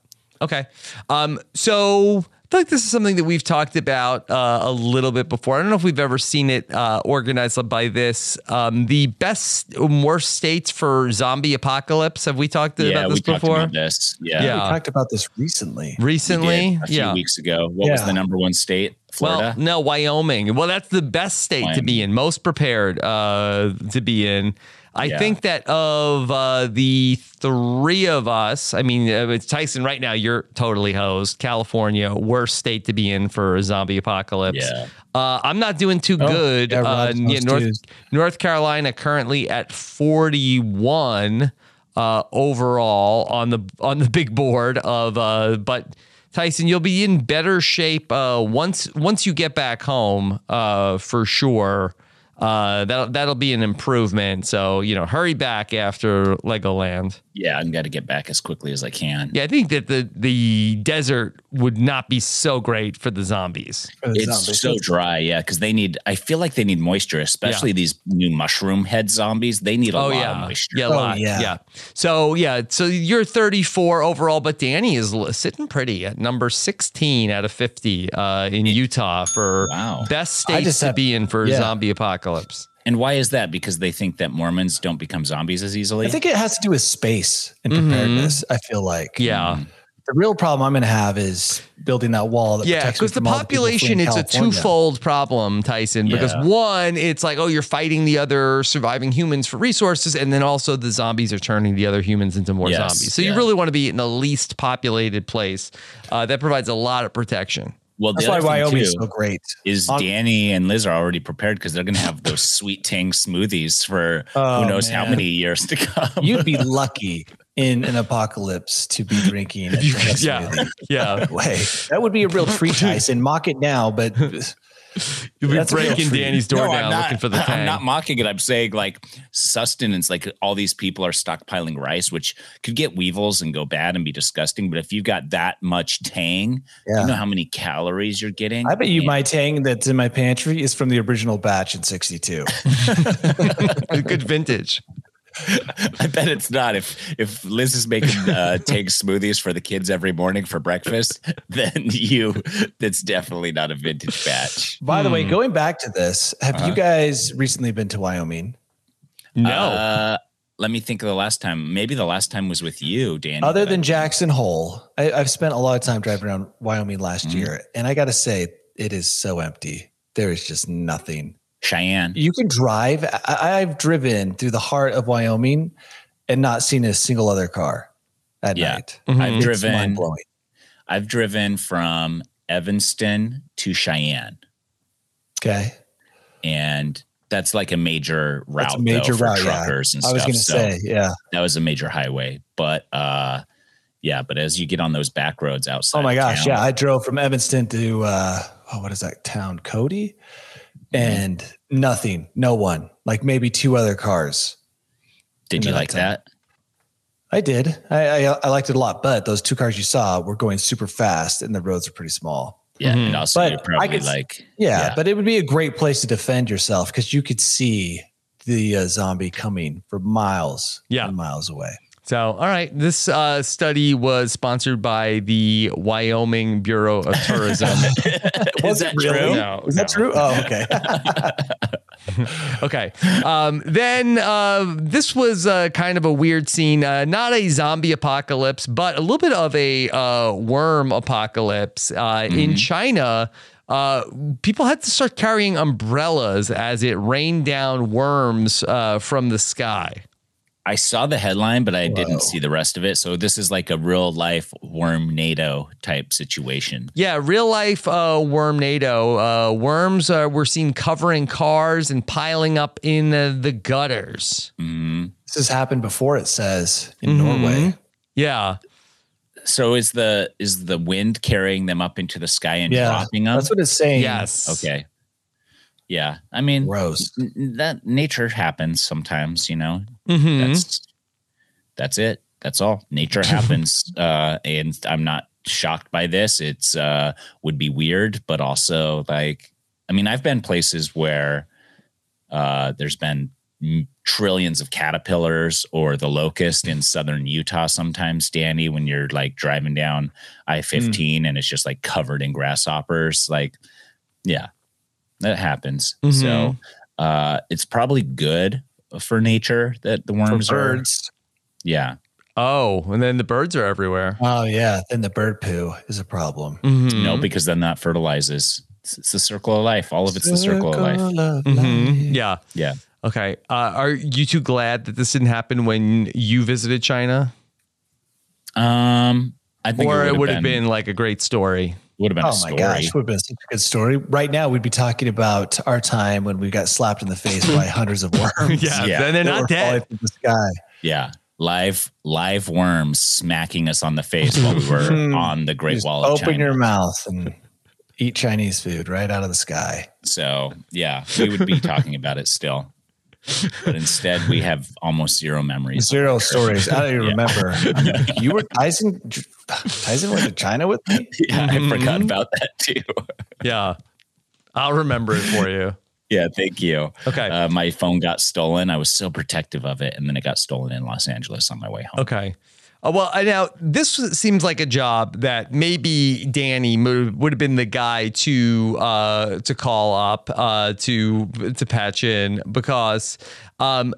Okay. Um, so I feel like this is something that we've talked about uh, a little bit before. I don't know if we've ever seen it uh, organized by this. Um, the best and worst states for zombie apocalypse. Have we talked
yeah,
about this
we talked
before?
about this. Yeah,
Yeah.
we talked about this recently.
Recently,
we did a few
yeah.
weeks ago. What was
Yeah.
the number one state? Florida.
Well, no, Wyoming. Well, that's the best state to be in, most prepared uh, to be in. I
Yeah.
think that of uh, the three of us, I mean, uh, it's Tyson right now, you're totally hosed. California, worst state to be in for a zombie apocalypse.
Yeah. Oh,
Uh, I'm not doing too good.
yeah,
uh,
Rod's
yeah,
host
North,
too.
North Carolina currently at 41 uh, overall on the on the big board of uh, but Tyson, you'll be in better shape uh, once once you get back home uh, for sure. Uh, that'll that'll be an improvement. So you know, hurry back after Legoland.
yeah, I've got to get back as quickly as I can.
Yeah, I think that the the desert would not be so great for the zombies.
for the
It's
zombies.
so dry, yeah, because they need. I feel like they need moisture, especially these new mushroom head zombies. They need a lot of moisture.
Yeah, a
Oh,
lot. Yeah.
yeah.
So yeah, so you're 34 overall, but Danny is l- sitting pretty at number 16 out of 50 uh, in Utah for
Wow.
best
I
state
just
to
have-
be in for
yeah.
zombie apocalypse.
And why is that? Because they think that Mormons don't become zombies as easily.
I think it has to do with space and preparedness. I feel like.
Mm-hmm.
Hmm.
Yeah.
The real problem I'm going to have is building that wall. That
Yeah,
protects me
because the
from all people fleeing
population, it's a
California.
twofold problem, Tyson. Because
Yeah.
one, it's like, oh, you're fighting the other surviving humans for resources, and then also the zombies are turning the other humans into more
Yes,
zombies. So you
yeah.
really want to be in the least populated place uh, that provides a lot of protection.
well,
That's
the
why
other thing,
Wyoming is
too-
so great.
is
On-
Danny and Liz are already prepared because they're going to have those sweet tang smoothies for
Oh,
who knows how
man.
many years to come.
You'd be lucky in an apocalypse to be drinking. and drinking
Yeah, yeah.
Way. That would be a real treat, Tyson. Mock it now, but
You'll be
That's a real
breaking
treat.
Danny's door down
not,
looking for the
I'm
tang.
not mocking it. I'm saying like sustenance. Like all these people are stockpiling rice, which could get weevils and go bad and be disgusting. But if you've got that much tang,
Yeah.
you know how many calories you're getting.
I bet you
And-
my tang that's in my pantry is from the original batch in 62.
Good vintage.
I bet it's not. If if Liz is making uh, tang smoothies for the kids every morning for breakfast, then you that's definitely not a vintage batch.
By the way,
Hmm.
going back to this, have
Uh-huh.
you guys recently been to Wyoming?
No.
Uh, let me think of the last time. Maybe the last time was with you, Danny.
Other
but I-
than Jackson Hole, I, I've spent a lot of time driving around Wyoming last
Hmm.
year, and I got to say, it is so empty. There is just nothing.
Cheyenne.
You can drive. I, I've driven through the heart of Wyoming and not seen a single other car at
Yeah.
night.
Mm-hmm.
I've driven.
Mind blowing.
I've driven from Evanston to Cheyenne,
Okay.
and that's like a major route,
That's a
major
major
for
route, yeah.
truckers and
I
stuff.
was going to
so
say, yeah.
that was a major highway, but uh, yeah. But as you get on those back roads outside,
Oh my
of
gosh.
town,
Yeah. I drove from Evanston to, uh, oh, what is that town? Cody?
Mm-hmm.
And nothing, no one, like maybe two other cars.
Did
I
you
know
like
that town.
that?
I did. I, I I liked it a lot, but those two cars you saw were going super fast, and the roads are pretty small.
Yeah, and also
Mm-hmm. But
you're
I
probably
could s-
like,
Yeah,
Yeah.
but it would be a great place to defend yourself because you could see the uh, zombie coming for miles,
Yeah.
and miles away.
so, all right. This uh, study was sponsored by the Wyoming Bureau of Tourism.
is that true?
No,
Is that
no.
true? Oh, okay.
Okay. Um, then uh, this was uh, kind of a weird scene. Uh, not a zombie apocalypse, but a little bit of a uh, worm apocalypse. Uh,
Mm-hmm.
In China, uh, people had to start carrying umbrellas as it rained down worms uh, from the sky.
I saw the headline, but I didn't see the rest of it. So this is like a real life worm NATO type situation.
Yeah, real life uh, worm NATO. Uh, worms uh, were seen covering cars and piling up in uh, the gutters.
Mm.
This has happened before, it says, in
Mm-hmm.
Norway.
Yeah.
So is the is the wind carrying them up into the sky and
Yeah.
dropping them?
That's what it's saying.
Yes.
okay. Yeah, I mean,
Gross.
n- n- that nature happens sometimes. You know,
Mhm.
that's that's it. That's all. Nature happens, uh, and I'm not shocked by this. It's uh, would be weird, but also like, I mean, I've been places where uh, there's been m- trillions of caterpillars or the locust in southern Utah sometimes, Danny, when you're like driving down I 15 and it's just like covered in grasshoppers. Like, yeah, that happens. So uh, it's probably good for nature that the worms are.
Birds.
Yeah.
Oh, and then the birds are everywhere.
Oh, yeah. Then the bird poo is a problem.
Mhm.
Mm-hmm.
No, because then that fertilizes. It's, it's the circle of life. All of it's the circle of life. Mm-hmm.
Mhm. Yeah.
Yeah.
Okay. Uh, are you two glad that this didn't happen when you visited China?
Um, I think
Or
it would have been,
like a great story.
would have been a
Oh my
story.
gosh, would have been such a good story. Right now, we'd be talking about our time when we got slapped in the face by hundreds of worms.
Yeah.
Yeah.
Then they're
that were
not
falling
dead.
From the sky.
Yeah. Live live worms smacking us on the face while we were on the Great
Just
Wall of
open
China.
your mouth and eat Chinese food right out of the sky.
so yeah, we would be talking about it still. But instead we have almost zero memories.
Zero stories. I don't even remember. you were Tyson. Tyson went to China with me.
Yeah, I
Mm-hmm.
forgot about that too.
Yeah. I'll remember it for you.
yeah, thank you.
Okay.
Uh, my phone got stolen. I was so protective of it. And then it got stolen in Los Angeles on my way home.
Okay. Uh, well, uh, now this seems like a job that maybe Danny mo- would have been the guy to uh, to call up uh, to to patch in because um,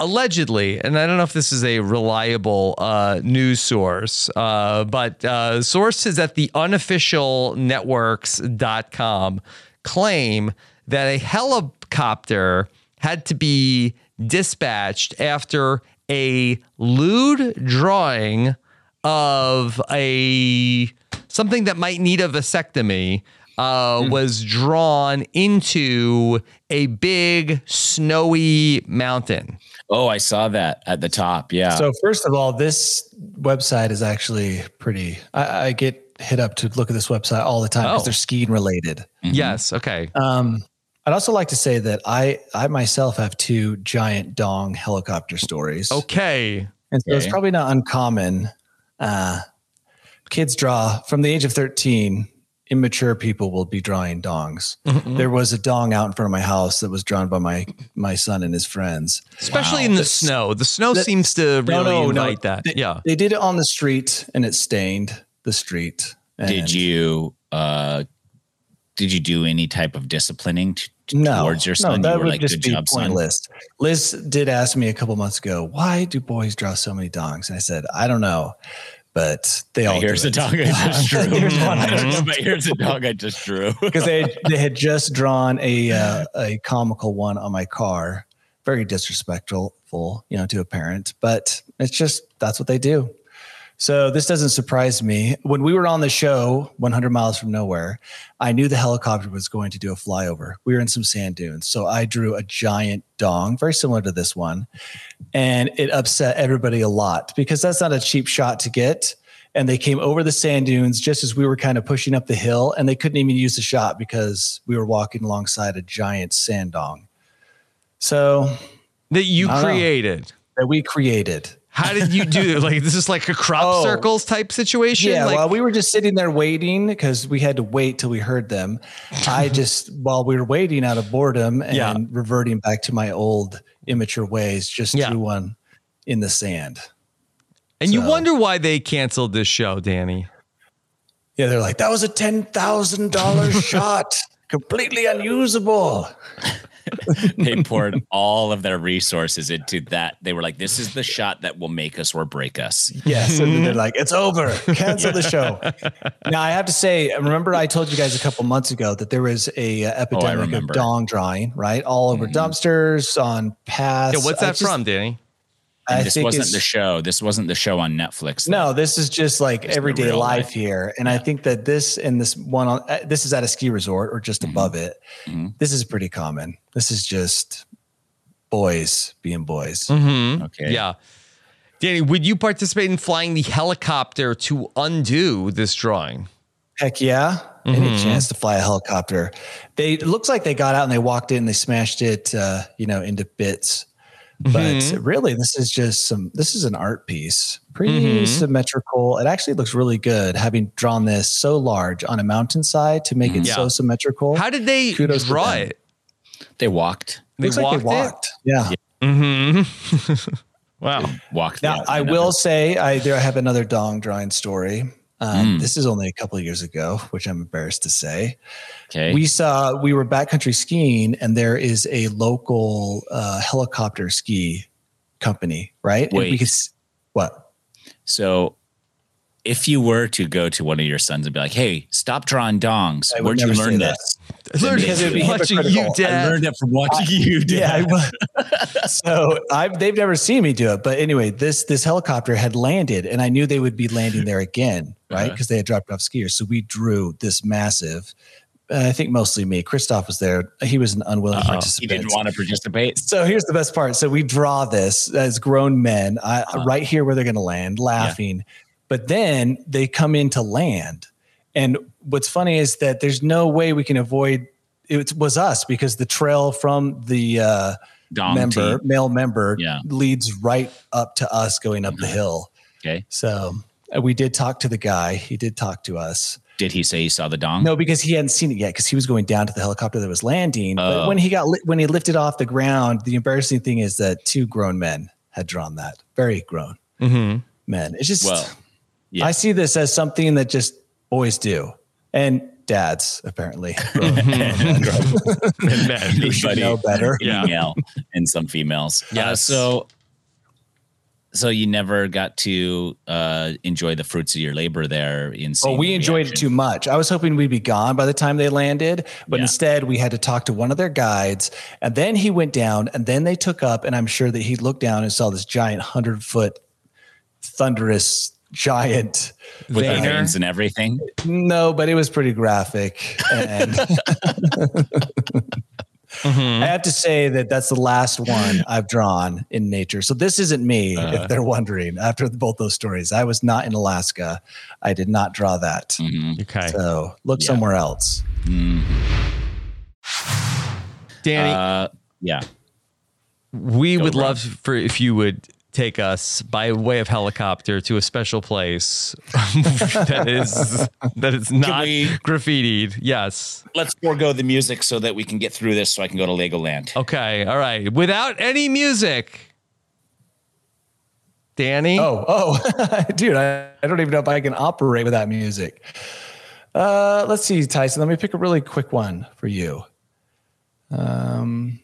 allegedly, and I don't know if this is a reliable uh, news source, uh, but uh, sources at the unofficialnetworks.com claim that a helicopter had to be dispatched after a lewd drawing of a something that might need a vasectomy uh,
Hmm.
was drawn into a big snowy mountain.
Oh, I saw that at the top. Yeah.
So first of all, this website is actually pretty. I, I get hit up to look at this website all the time because
Oh.
they're skiing related.
Yes. Okay.
Um, I'd also like to say that I I myself have two giant dong helicopter stories.
Okay.
And so it's
Okay.
probably not uncommon. Uh, kids draw from the age of 13, immature people will be drawing dongs.
Mm-hmm.
There was a dong out in front of my house that was drawn by my my son and his friends.
Especially in the snow. The snow seems to really invite that.
They,
yeah.
They did it on the street and it stained the street. And
did you uh did you do any type of disciplining t- t-
no,
towards your son
No, that
you were
would
like
just
good
be
job son
pointless. Liz did ask me a couple months ago, why do boys draw so many dongs? And I said, I don't know, but they all
here's
do
the
it.
dog i just drew
Here's one I
but here's the dog i just drew
because they had, they had just drawn a uh, a comical one on my car, very disrespectful, you know, to a parent. But it's just that's what they do. So this doesn't surprise me. When we were on the show, 100 miles from nowhere, I knew the helicopter was going to do a flyover. We were in some sand dunes, so I drew a giant dong, very similar to this one, and it upset everybody a lot because that's not a cheap shot to get. And they came over the sand dunes just as we were kind of pushing up the hill, and they couldn't even use the shot because we were walking alongside a giant sand dong. So
That you
I don't know.
created.
that we created.
How did you do it? Like this is like a crop
Oh.
circles type situation.
Yeah,
like,
while we were just sitting there waiting because we had to wait till we heard them. I just while we were waiting out of boredom and
Yeah.
reverting back to my old immature ways, just
Yeah.
drew one in the sand.
and you
so-
wonder why they canceled this show, Danny.
Yeah, they're like, that was a ten thousand dollar shot, completely unusable.
they poured all of their resources into that they were like this is the shot that will make us or break us
Yes, and then they're like, it's over, cancel the show. Now I have to say, remember I told you guys a couple months ago that there was a uh, epidemic of
remember.
dong drawing, right, all over dumpsters on paths.
Yeah, what's
I
that
just-
from, Danny?
And
I
this
think
wasn't
it's-
the show. This wasn't the show on Netflix. though.
No, this is just like
the
everyday
real
life,
life.
here, and I think that this and this one, on, uh, this is at a ski resort or just above it.
Mhm.
This is pretty common. This is just boys being boys.
Mm-hmm.
Okay.
Yeah. Danny, would you participate in flying the helicopter to undo this drawing?
Heck yeah. Any
Mm-hmm.
chance to fly a helicopter. They it looks like they got out and they walked in, they smashed it uh, you know, into bits. But
Mm-hmm.
really, this is just some this is an art piece. Pretty
Mm-hmm.
symmetrical. It actually looks really good having drawn this so large on a mountainside to make it
Yeah.
so symmetrical.
How did they
Kudos to
draw
them.
it?
They walked.
They Mm-hmm.
looks like they walked. Yeah.
Wow.
Walked.
Now
the-
I
another-
will say I there I have another dong drawing story.
Mm.
Um, This is only a couple of years ago, which I'm embarrassed to say.
Okay.
We saw we were backcountry skiing, and there is a local uh, helicopter ski company, right? And we
Wait.
could s- what?
so if you were to go to one of your sons and be like, hey, stop drawing dongs.
I
Where'd
would
you
never
learn
say that.
this?
Learn
Because it would be
watching
hypocritical.
you,
I
I
Dad.
learned it from watching you, Dad.
Yeah. I will- so I've they've never seen me do it, but anyway, this this helicopter had landed, and I knew they would be landing there again, right? Because they had dropped off skiers. So we drew this massive. Uh, I think mostly me. Christoph was there. He was an unwilling
He
participant.
didn't want to participate.
So here's the best part. So we draw this as grown men I, right here where they're going to land, laughing. But then they come in to land. And what's funny is that there's no way we can avoid it was us because the trail from the uh,
Dong
member,
team.
male member,
Yeah.
leads right up to us going up the hill.
Okay.
So uh, we did talk to the guy. He did talk to us.
Did he say he saw the dong?
No, because he hadn't seen it yet because he was going down to the helicopter that was landing.
Oh.
But when he got li- when he lifted off the ground, the embarrassing thing is that two grown men had drawn that. Very grown men. It's just
Mm-hmm. Well, yeah.
I see this as something that just boys do and dads apparently Grown men who should
Anybody
know better.
Yeah.
Female and some females. Yeah.
Yes.
so, so you never got to uh, enjoy the fruits of your labor there in.
Well,
seeing
Oh, we
the
enjoyed it
reaction.
too much. I was hoping we'd be gone by the time they landed, but
Yeah.
instead we had to talk to one of their guides. And then he went down and then they took up. And I'm sure that he looked down and saw this giant 100 foot, thunderous giant.
with the
Vayner.
veins and everything.
No, but it was pretty graphic. And
Mm-hmm.
I have to say that that's the last one I've drawn in nature. So this isn't me,
Uh.
if they're wondering, after both those stories. I was not in Alaska, I did not draw that.
Mm-hmm.
Okay.
So look somewhere else.
Danny,
Uh, yeah.
we would
Rob.
love for if you would take us by way of helicopter to a special place that is that is not
we-
graffitied. Yes.
Let's forego the music so that we can get through this, so I can go to
Oh,
Legoland.
Okay. All right. Without any music. Danny.
Oh, oh, dude, I, I don't even know if I can operate without music. Uh, let's see, Tyson. Let me pick a really quick one for you. Um,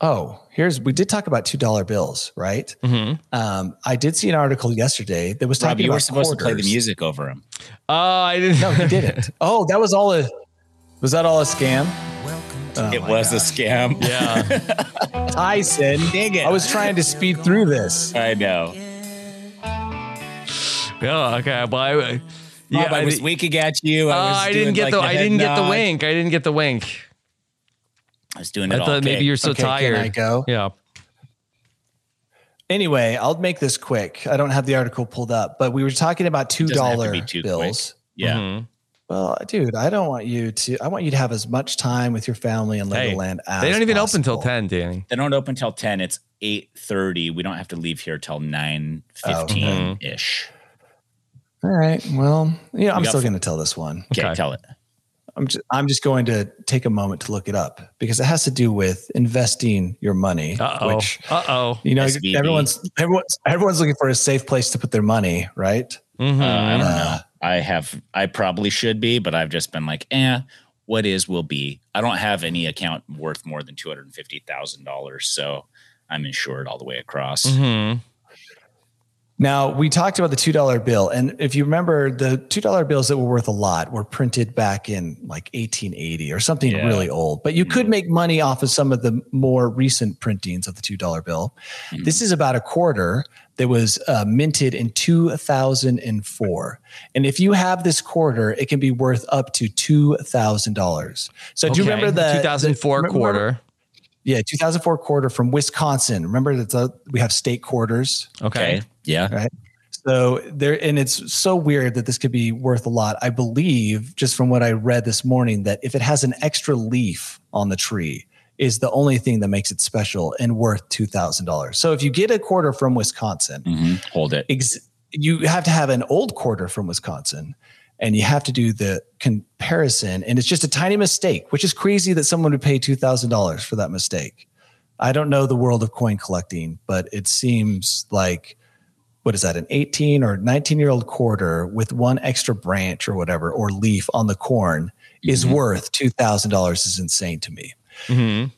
oh, here's we did talk about two dollar bills, right? Um, I did see an article yesterday that was talking
Rob, Mm-hmm. you
about
were supposed to play the
quarters.
music over him.
Oh, I didn't.
No, he didn't. oh, that was all a was that all a scam?
it was a scam.
Oh Yeah.
Tyson,
Dang it.
I was trying to speed through this.
I know.
Yeah. Oh, Okay. Well, I, yeah,
Rob, I, was
di-
winking at you.
uh,
was
I
doing,
didn't get
like,
the, I
head
didn't get the
nod.
wink. I didn't get the wink.
I was doing
I
it all.
thought maybe
Okay.
you're so
Okay,
tired.
Can I go?
Yeah.
Anyway, I'll make this quick. I don't have the article pulled up, but we were talking about two
It doesn't have to
dollar
be too
bills.
quick. Yeah.
Mhm.
Well, dude, I don't want you to. I want you to have as much time with your family in
Hey,
Legoland as
They don't even open till
possible.
10, Danny.
They don't open till 10. It's 8.30. We don't have to leave here till 9.15-ish.
Oh,
All right. Well, you know, I'm
got
still
f-
going to tell this one.
okay.
Okay.
tell it.
I'm just, I'm just going to take a moment to look it up because it has to do with investing your money,
Uh oh.
which
Uh oh.
you know
SVB.
everyone's everyone's everyone's looking for a safe place to put their money, right?
Mm-hmm.
Uh, I don't know. I have, I probably should be, but I've just been like, eh, what is will be. I don't have any account worth more than
Mm-hmm.
Mm-hmm.
$250,000. So I'm insured all the way across.
Now, we talked about the $2 bill. And if you remember, the $2 bills that were worth a lot were printed back in like 1880 or something
Yeah.
really old. But you could
Mm-hmm.
make money off of some of the more recent printings of the $2 bill.
Mm-hmm.
This is about a quarter that was uh, minted in 2004. And if you have this quarter, it can be worth up to $2,000. So do you
Okay,
remember the
2004
the- remember-
quarter?
Yeah, 2004 quarter from Wisconsin. Remember that the, we have state quarters.
Okay.
Okay. Yeah.
So there, and it's so weird that this could be worth a lot. I believe, just from what I read this morning, that if it has an extra leaf on the tree, is the only thing that makes it special and worth two thousand dollars. So if you get a quarter from Wisconsin,
Mhm. Hold it.
ex- you have to have an old quarter from Wisconsin, and you have to do the comparison. And it's just a tiny mistake, which is crazy that someone would pay two thousand dollars for that mistake. I don't know the world of coin collecting, but it seems like what is that an 18 or 19 year old quarter with one extra branch or whatever or leaf on the corn is worth $2000 is insane to me
Mhm.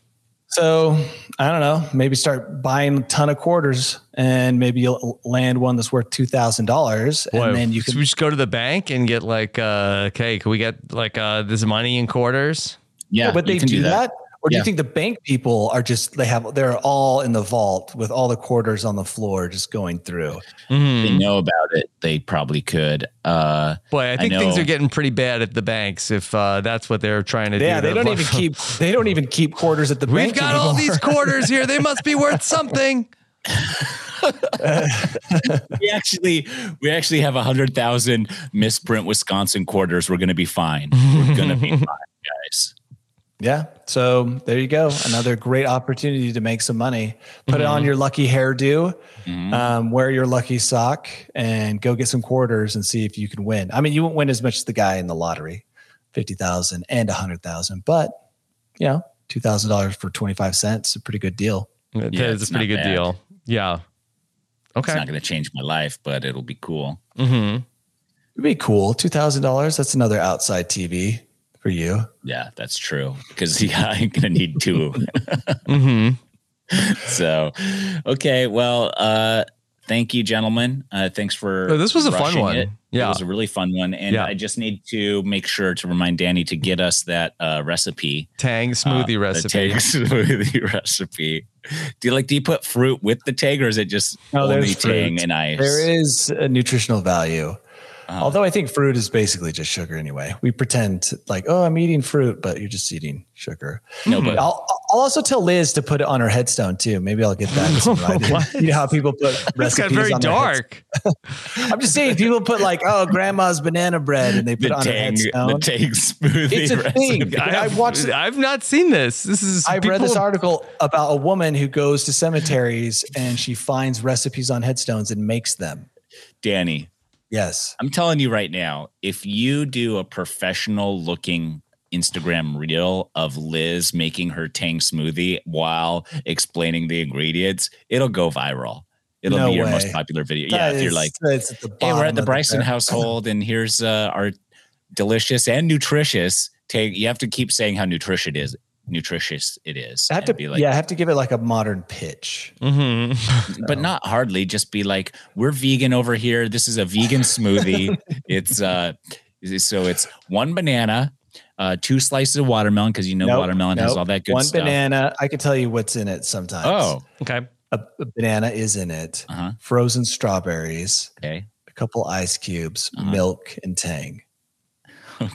so I don't know. Maybe start buying a ton of quarters, and maybe you'll land one that's worth two thousand dollars,
Boy,
and then you
should
can.
we just go to the bank and get like, uh, okay, can we get like uh, this money in quarters?
Yeah.
but
you
they
can
do that, or do
Yeah.
you think the bank people are just they have they're all in the vault with all the quarters on the floor, just going through?
Mm-hmm.
If
Mm-hmm.
They know about it. They probably could. Uh,
Boy, I think things
know.
are getting pretty bad at the banks if uh, that's what they're trying to
Yeah,
do.
they
They're
don't even
like-
keep they don't even keep quarters at the bank.
We've got all
anymore.
these quarters here. They must be worth something.
we actually we actually have a hundred thousand misprint Wisconsin quarters. We're gonna be fine.
Mm-hmm.
We're gonna be fine, guys.
Yeah. So there you go. Another great opportunity to make some money. Put it on your lucky hairdo,
Mm-hmm.
um, wear your lucky sock, and go get some quarters and see if you can win. I mean, you won't win as much as the guy in the lottery, 50,000 and 100,000, but you know, $2,000 for 25 cents is a pretty good deal.
It
Yeah,
is
it's
a pretty
not
good
bad.
deal. Yeah.
It's
Okay.
not gonna change my life, but it'll be cool.
hmm
It'd be cool. $2,000. That's another outside TV for you.
Yeah, that's true. Because yeah, I'm gonna need two.
hmm
so, okay. Well, uh, thank you, gentlemen. Uh, thanks for
Oh, this was a fun
rushing
one.
It.
Yeah.
it was a really fun one, and
Yeah.
I just need to make sure to remind Danny to get us that uh, recipe.
Tang smoothie
uh,
recipe.
The Tang smoothie recipe. Do you like? Do you put fruit with the Tang, or is it just
No, there's
only Tang
fruit.
and ice?
There is a nutritional value. Although I think fruit is basically just sugar anyway. We pretend like, oh, I'm eating fruit, but you're just eating sugar.
no, but
I'll, I'll also tell Liz to put it on her headstone too. Maybe I'll get that. as an idea. you know how people put
This got
recipes
very
on their heads-
dark.
I'm just saying, people put like, oh, grandma's banana bread, and they
the
put it on her
Tang, the
headstone.
Tang smoothie.
It's a
recipe.
thing. I, watched.
I've not seen this. This is.
I read this
people-
article about a woman who goes to cemeteries and she finds recipes on headstones and makes them.
Danny,
Yes.
I'm telling you right now, if you do a professional looking Instagram reel of Liz making her Tang smoothie while explaining the ingredients, it'll go viral. It'll
No
be your
way.
most popular video. yeah,
That
if you're
is-
like,
that's at the
hey,
bottom
we're at the
of
Bryson
barrel.
household, and here's uh, our delicious and nutritious Tang. You have to keep saying how nutritious it is. Nutritious it is.
I have
and
to,
be like,
yeah, I have to give it like a modern pitch.
Mm-hmm.
but not hardly just be like we're vegan over here this is a vegan smoothie it's uh so it's one banana uh two slices of watermelon because you know
Nope,
watermelon has
nope.
all that good
One
stuff
banana. I can tell you what's in it sometimes.
oh
Okay.
a, a banana is in it.
Uh-huh.
Frozen strawberries,
okay
a couple ice cubes, milk, and Tang.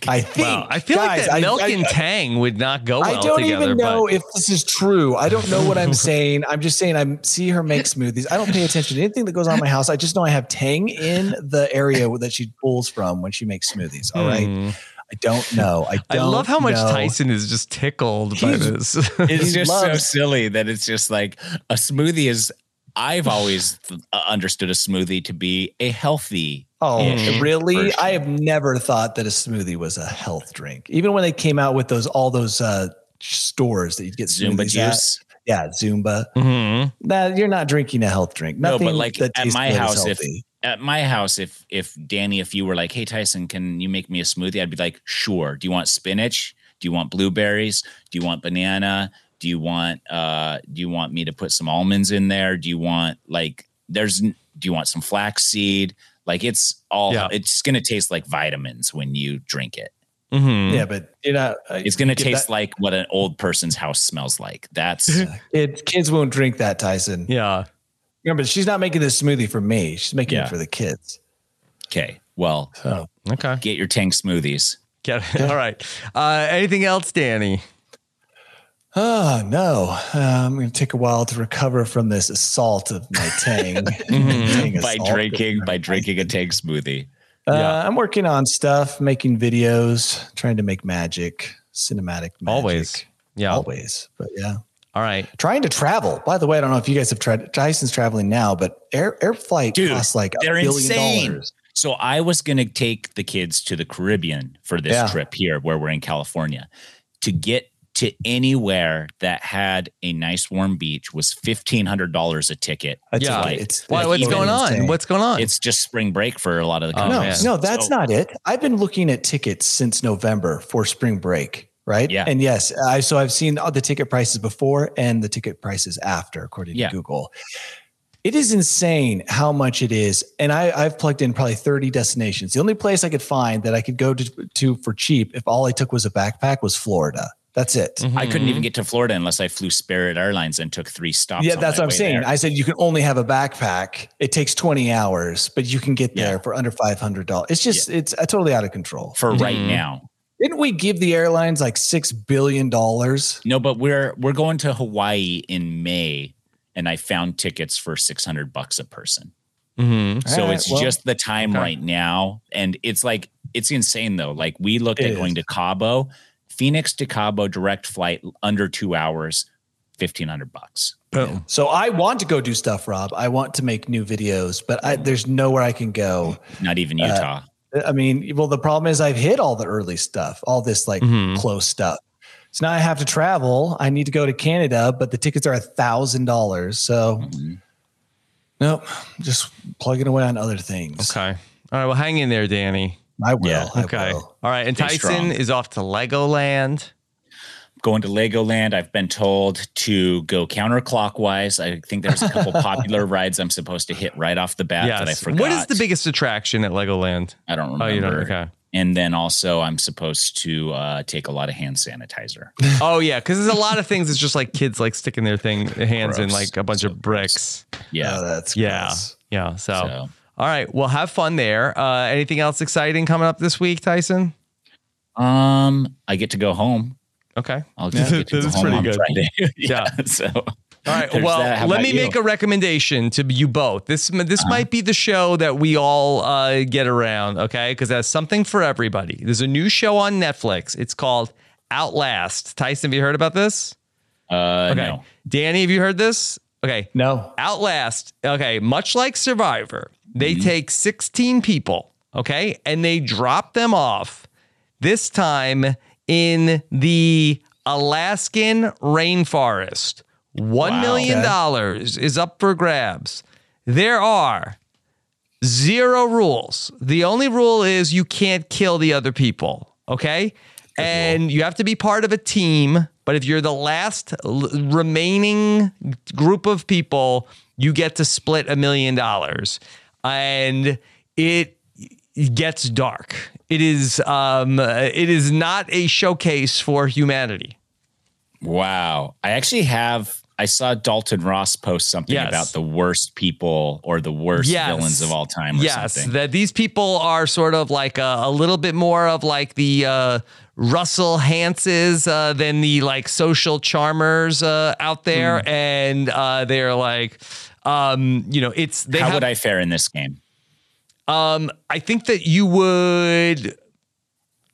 I think.
Mm-hmm. Wow. I feel
guys,
like that
I-
milk
I-
and Tang would not go well
I don't
together.
even
but-
know if this is true. I don't know what I'm saying. I'm just saying I see her make smoothies. I don't pay attention to anything that goes on in my house. I just know I have Tang in the area that she pulls from when she makes smoothies. All right.
Hmm.
I don't know. I,
I
don't
love how much
know.
Tyson is just tickled by
He's-
this.
it's
He
just so
loves-
silly that it's just like a smoothie is i've always th- uh, understood a smoothie to be a healthy
Oh,
Mhm.
really?
version.
I have never thought that a smoothie was a health drink. Even when they came out with those all those uh stores that you'd get
zumba
smoothies at.
juice
Yeah, Zumba.
Mhm.
That you're not drinking a health drink.
No,
Nothing
but, like,
that
at
tastes
my
good is
house, if-
healthy.
at my house, if if Danny, if you were like, "Hey Tyson, can you make me a smoothie?" I'd be like, "Sure." Do you want spinach? Do you want blueberries? Do you want banana? Do you want uh? Do you want me to put some almonds in there? Do you want like? There's n- do you want some flaxseed? Like it's all
Yeah.
it's gonna taste like vitamins when you drink it.
Mm-hmm.
Yeah, but uh, you know, I-
Hmm? It's gonna
give
taste
that-
like what an old person's house smells like. That's
it, kids won't drink that, Tyson.
Yeah.
Remember, she's not making this smoothie for me. She's making
Yeah.
it for the kids.
okay. Well,
Okay.
get your Tang smoothies.
Get it. All right. Uh, anything else, Danny?
Oh no, uh, I'm going to take a while to recover from this assault of my Tang. Tang
Mm-hmm. By
assault.
drinking by drinking a Tang smoothie.
Uh,
Yeah.
I'm working on stuff, making videos, trying to make magic, cinematic magic.
Always. Yeah.
Always. But yeah.
All right.
Trying to travel. By the way, I don't know if you guys have tried Tyson's traveling now, but air air flight
Dude,
costs like a
they're
billion
insane.
dollars.
So I was going to take the kids to the Caribbean for this
Yeah.
trip here where we're in California. To get to anywhere that had a nice warm beach was $1500 a ticket.
That's
Yeah.
right. It's,
Why,
it's
what's
totally
going on?
insane.
What's going on?
It's just spring break for a lot of the
Oh,
no,
countries.
man.
no, that's
So-
not it. I've been looking at tickets since November for spring break, right?
Yeah.
And yes, I so I've seen all the ticket prices before and the ticket prices after, according
Yeah.
to Google. It is insane how much it is. And I, I've plugged in probably 30 destinations. The only place I could find that I could go to, to for cheap if all I took was a backpack was Florida. That's it.
I couldn't
Mm-hmm.
even get to Florida unless I flew Spirit Airlines and took three stops.
Yeah,
on
that's
my
what
way
I'm saying.
there.
I said you can only have a backpack. It takes 20 hours, but you can get
Yeah.
there for under $500. It's just, it's uh, totally out of control.
for right
Mhm.
now.
Didn't we give the airlines like six billion dollars?
No, but we're we're going to Hawaii in May, and I found tickets for six hundred bucks a person.
Mm-hmm.
So
All right,
it's
well,
just the time
okay.
right now. And it's like, it's insane though. Like we looked
It
at going to
is.
Cabo, Phoenix to Cabo direct flight under two hours, 1500 bucks.
Boom.
So I want to go do stuff, Rob. I want to make new videos, but
Mm.
I, there's nowhere I can go. Uh,
Not
Uh,
even Utah.
I mean, well, the problem is I've hit all the early stuff, all this like
Mm-hmm.
Mhm.
close stuff. So now I have to travel. I need to go to Canada, but the tickets are a thousand dollars. So
Mm.
nope, just plugging away on other things.
Okay. All right. Well, hang in there, Danny.
I will.
Yeah,
I
Okay.
will.
All right. And
Stay
Tyson
strong.
is off to Legoland.
going to Legoland. I've been told to go counterclockwise. I think there's a couple popular rides I'm supposed to hit right off the bat that I
Yes.
forgot.
What is the biggest attraction at Legoland?
I don't remember.
Oh, you don't. Okay.
And then also, I'm supposed to uh, take a lot of hand sanitizer.
Oh yeah, because there's a lot of things. It's just like kids like sticking their thing their hands in
Gross.
like a bunch
So
of bricks.
Yeah.
Oh, that's
Yeah.
gross.
Yeah. So.
So.
All right. Well, have fun there. Uh, anything else exciting coming up this week, Tyson?
Um, I get to go home.
Okay.
I'll just get to
That's
go home
pretty
on
good.
Friday.
Yeah.
So, all
All right. Well, let me make a recommendation to you both. This this might be the show that we all uh, get around, okay? Because that's something for everybody. There's a new show on Netflix. It's called Outlast. Tyson, have you heard about this?
Uh,
Okay.
No.
Danny, have you heard this? Okay.
No.
Outlast, okay, much like Survivor, they take 16 people, okay, and they drop them off this time in the Alaskan rainforest. One million dollars is up for grabs. There are zero rules. The only rule is you can't kill the other people, okay? And you have to be part of a team, but if you're the last l- remaining group of people, you get to split a million dollars. And it gets dark. It is um it is not a showcase for humanity.
Wow. I actually have. I saw Dalton Ross post something
Yes.
about the worst people or the worst
Yes.
villains of all time or
yes,
something.
that these people are sort of like a, a little bit more of like the uh, Russell Hanses uh, than the like social charmers uh, out there,
Hmm.
and uh, they're like, um, you know, it's they
How
have,
would I fare in this game?
Um, I think that you would.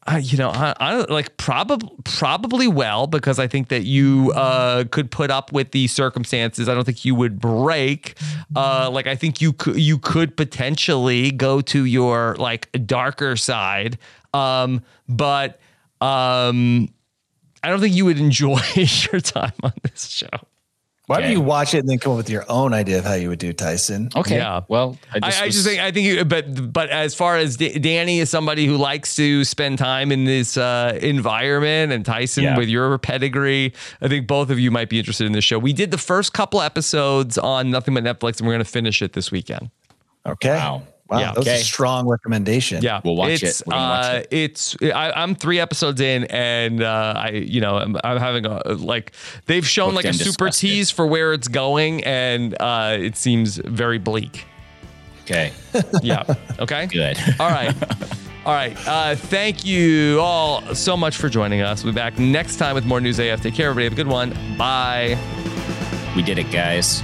Uh, you know, I, I don't like probably probably well because I think that you uh, could put up with the circumstances. I don't think you would break. Uh, like I think you could you could potentially go to your like darker side, um, but um, I don't think you would enjoy your time on this show.
Why
Okay.
don't you watch it and then come up with your own idea of how you would do, Tyson?
Okay.
Yeah.
Well,
I
just,
I,
was-
just think I think, you, but but as far as D- Danny is somebody who likes to spend time in this uh, environment, and Tyson
Yeah.
with your pedigree, I think both of you might be interested in this show. We did the first couple episodes on Nothing But Netflix, and we're going to finish it this weekend.
Okay.
Wow.
Wow.
Yeah.
That was
Okay.
a strong recommendation.
Yeah,
We'll watch it.
it's,
We're gonna watch
uh,
it.
It's I, I'm three episodes in, and uh, I you know I'm, I'm having a like they've shown
Looked
like a
and
super
disgusted.
tease for where it's going, and uh, it seems very bleak.
Okay.
Yeah. Okay.
Good.
All right. All right. Uh, thank you all so much for joining us. We'll be back next time with more news AF. Take care, everybody. Have a good one. Bye.
we did it, guys.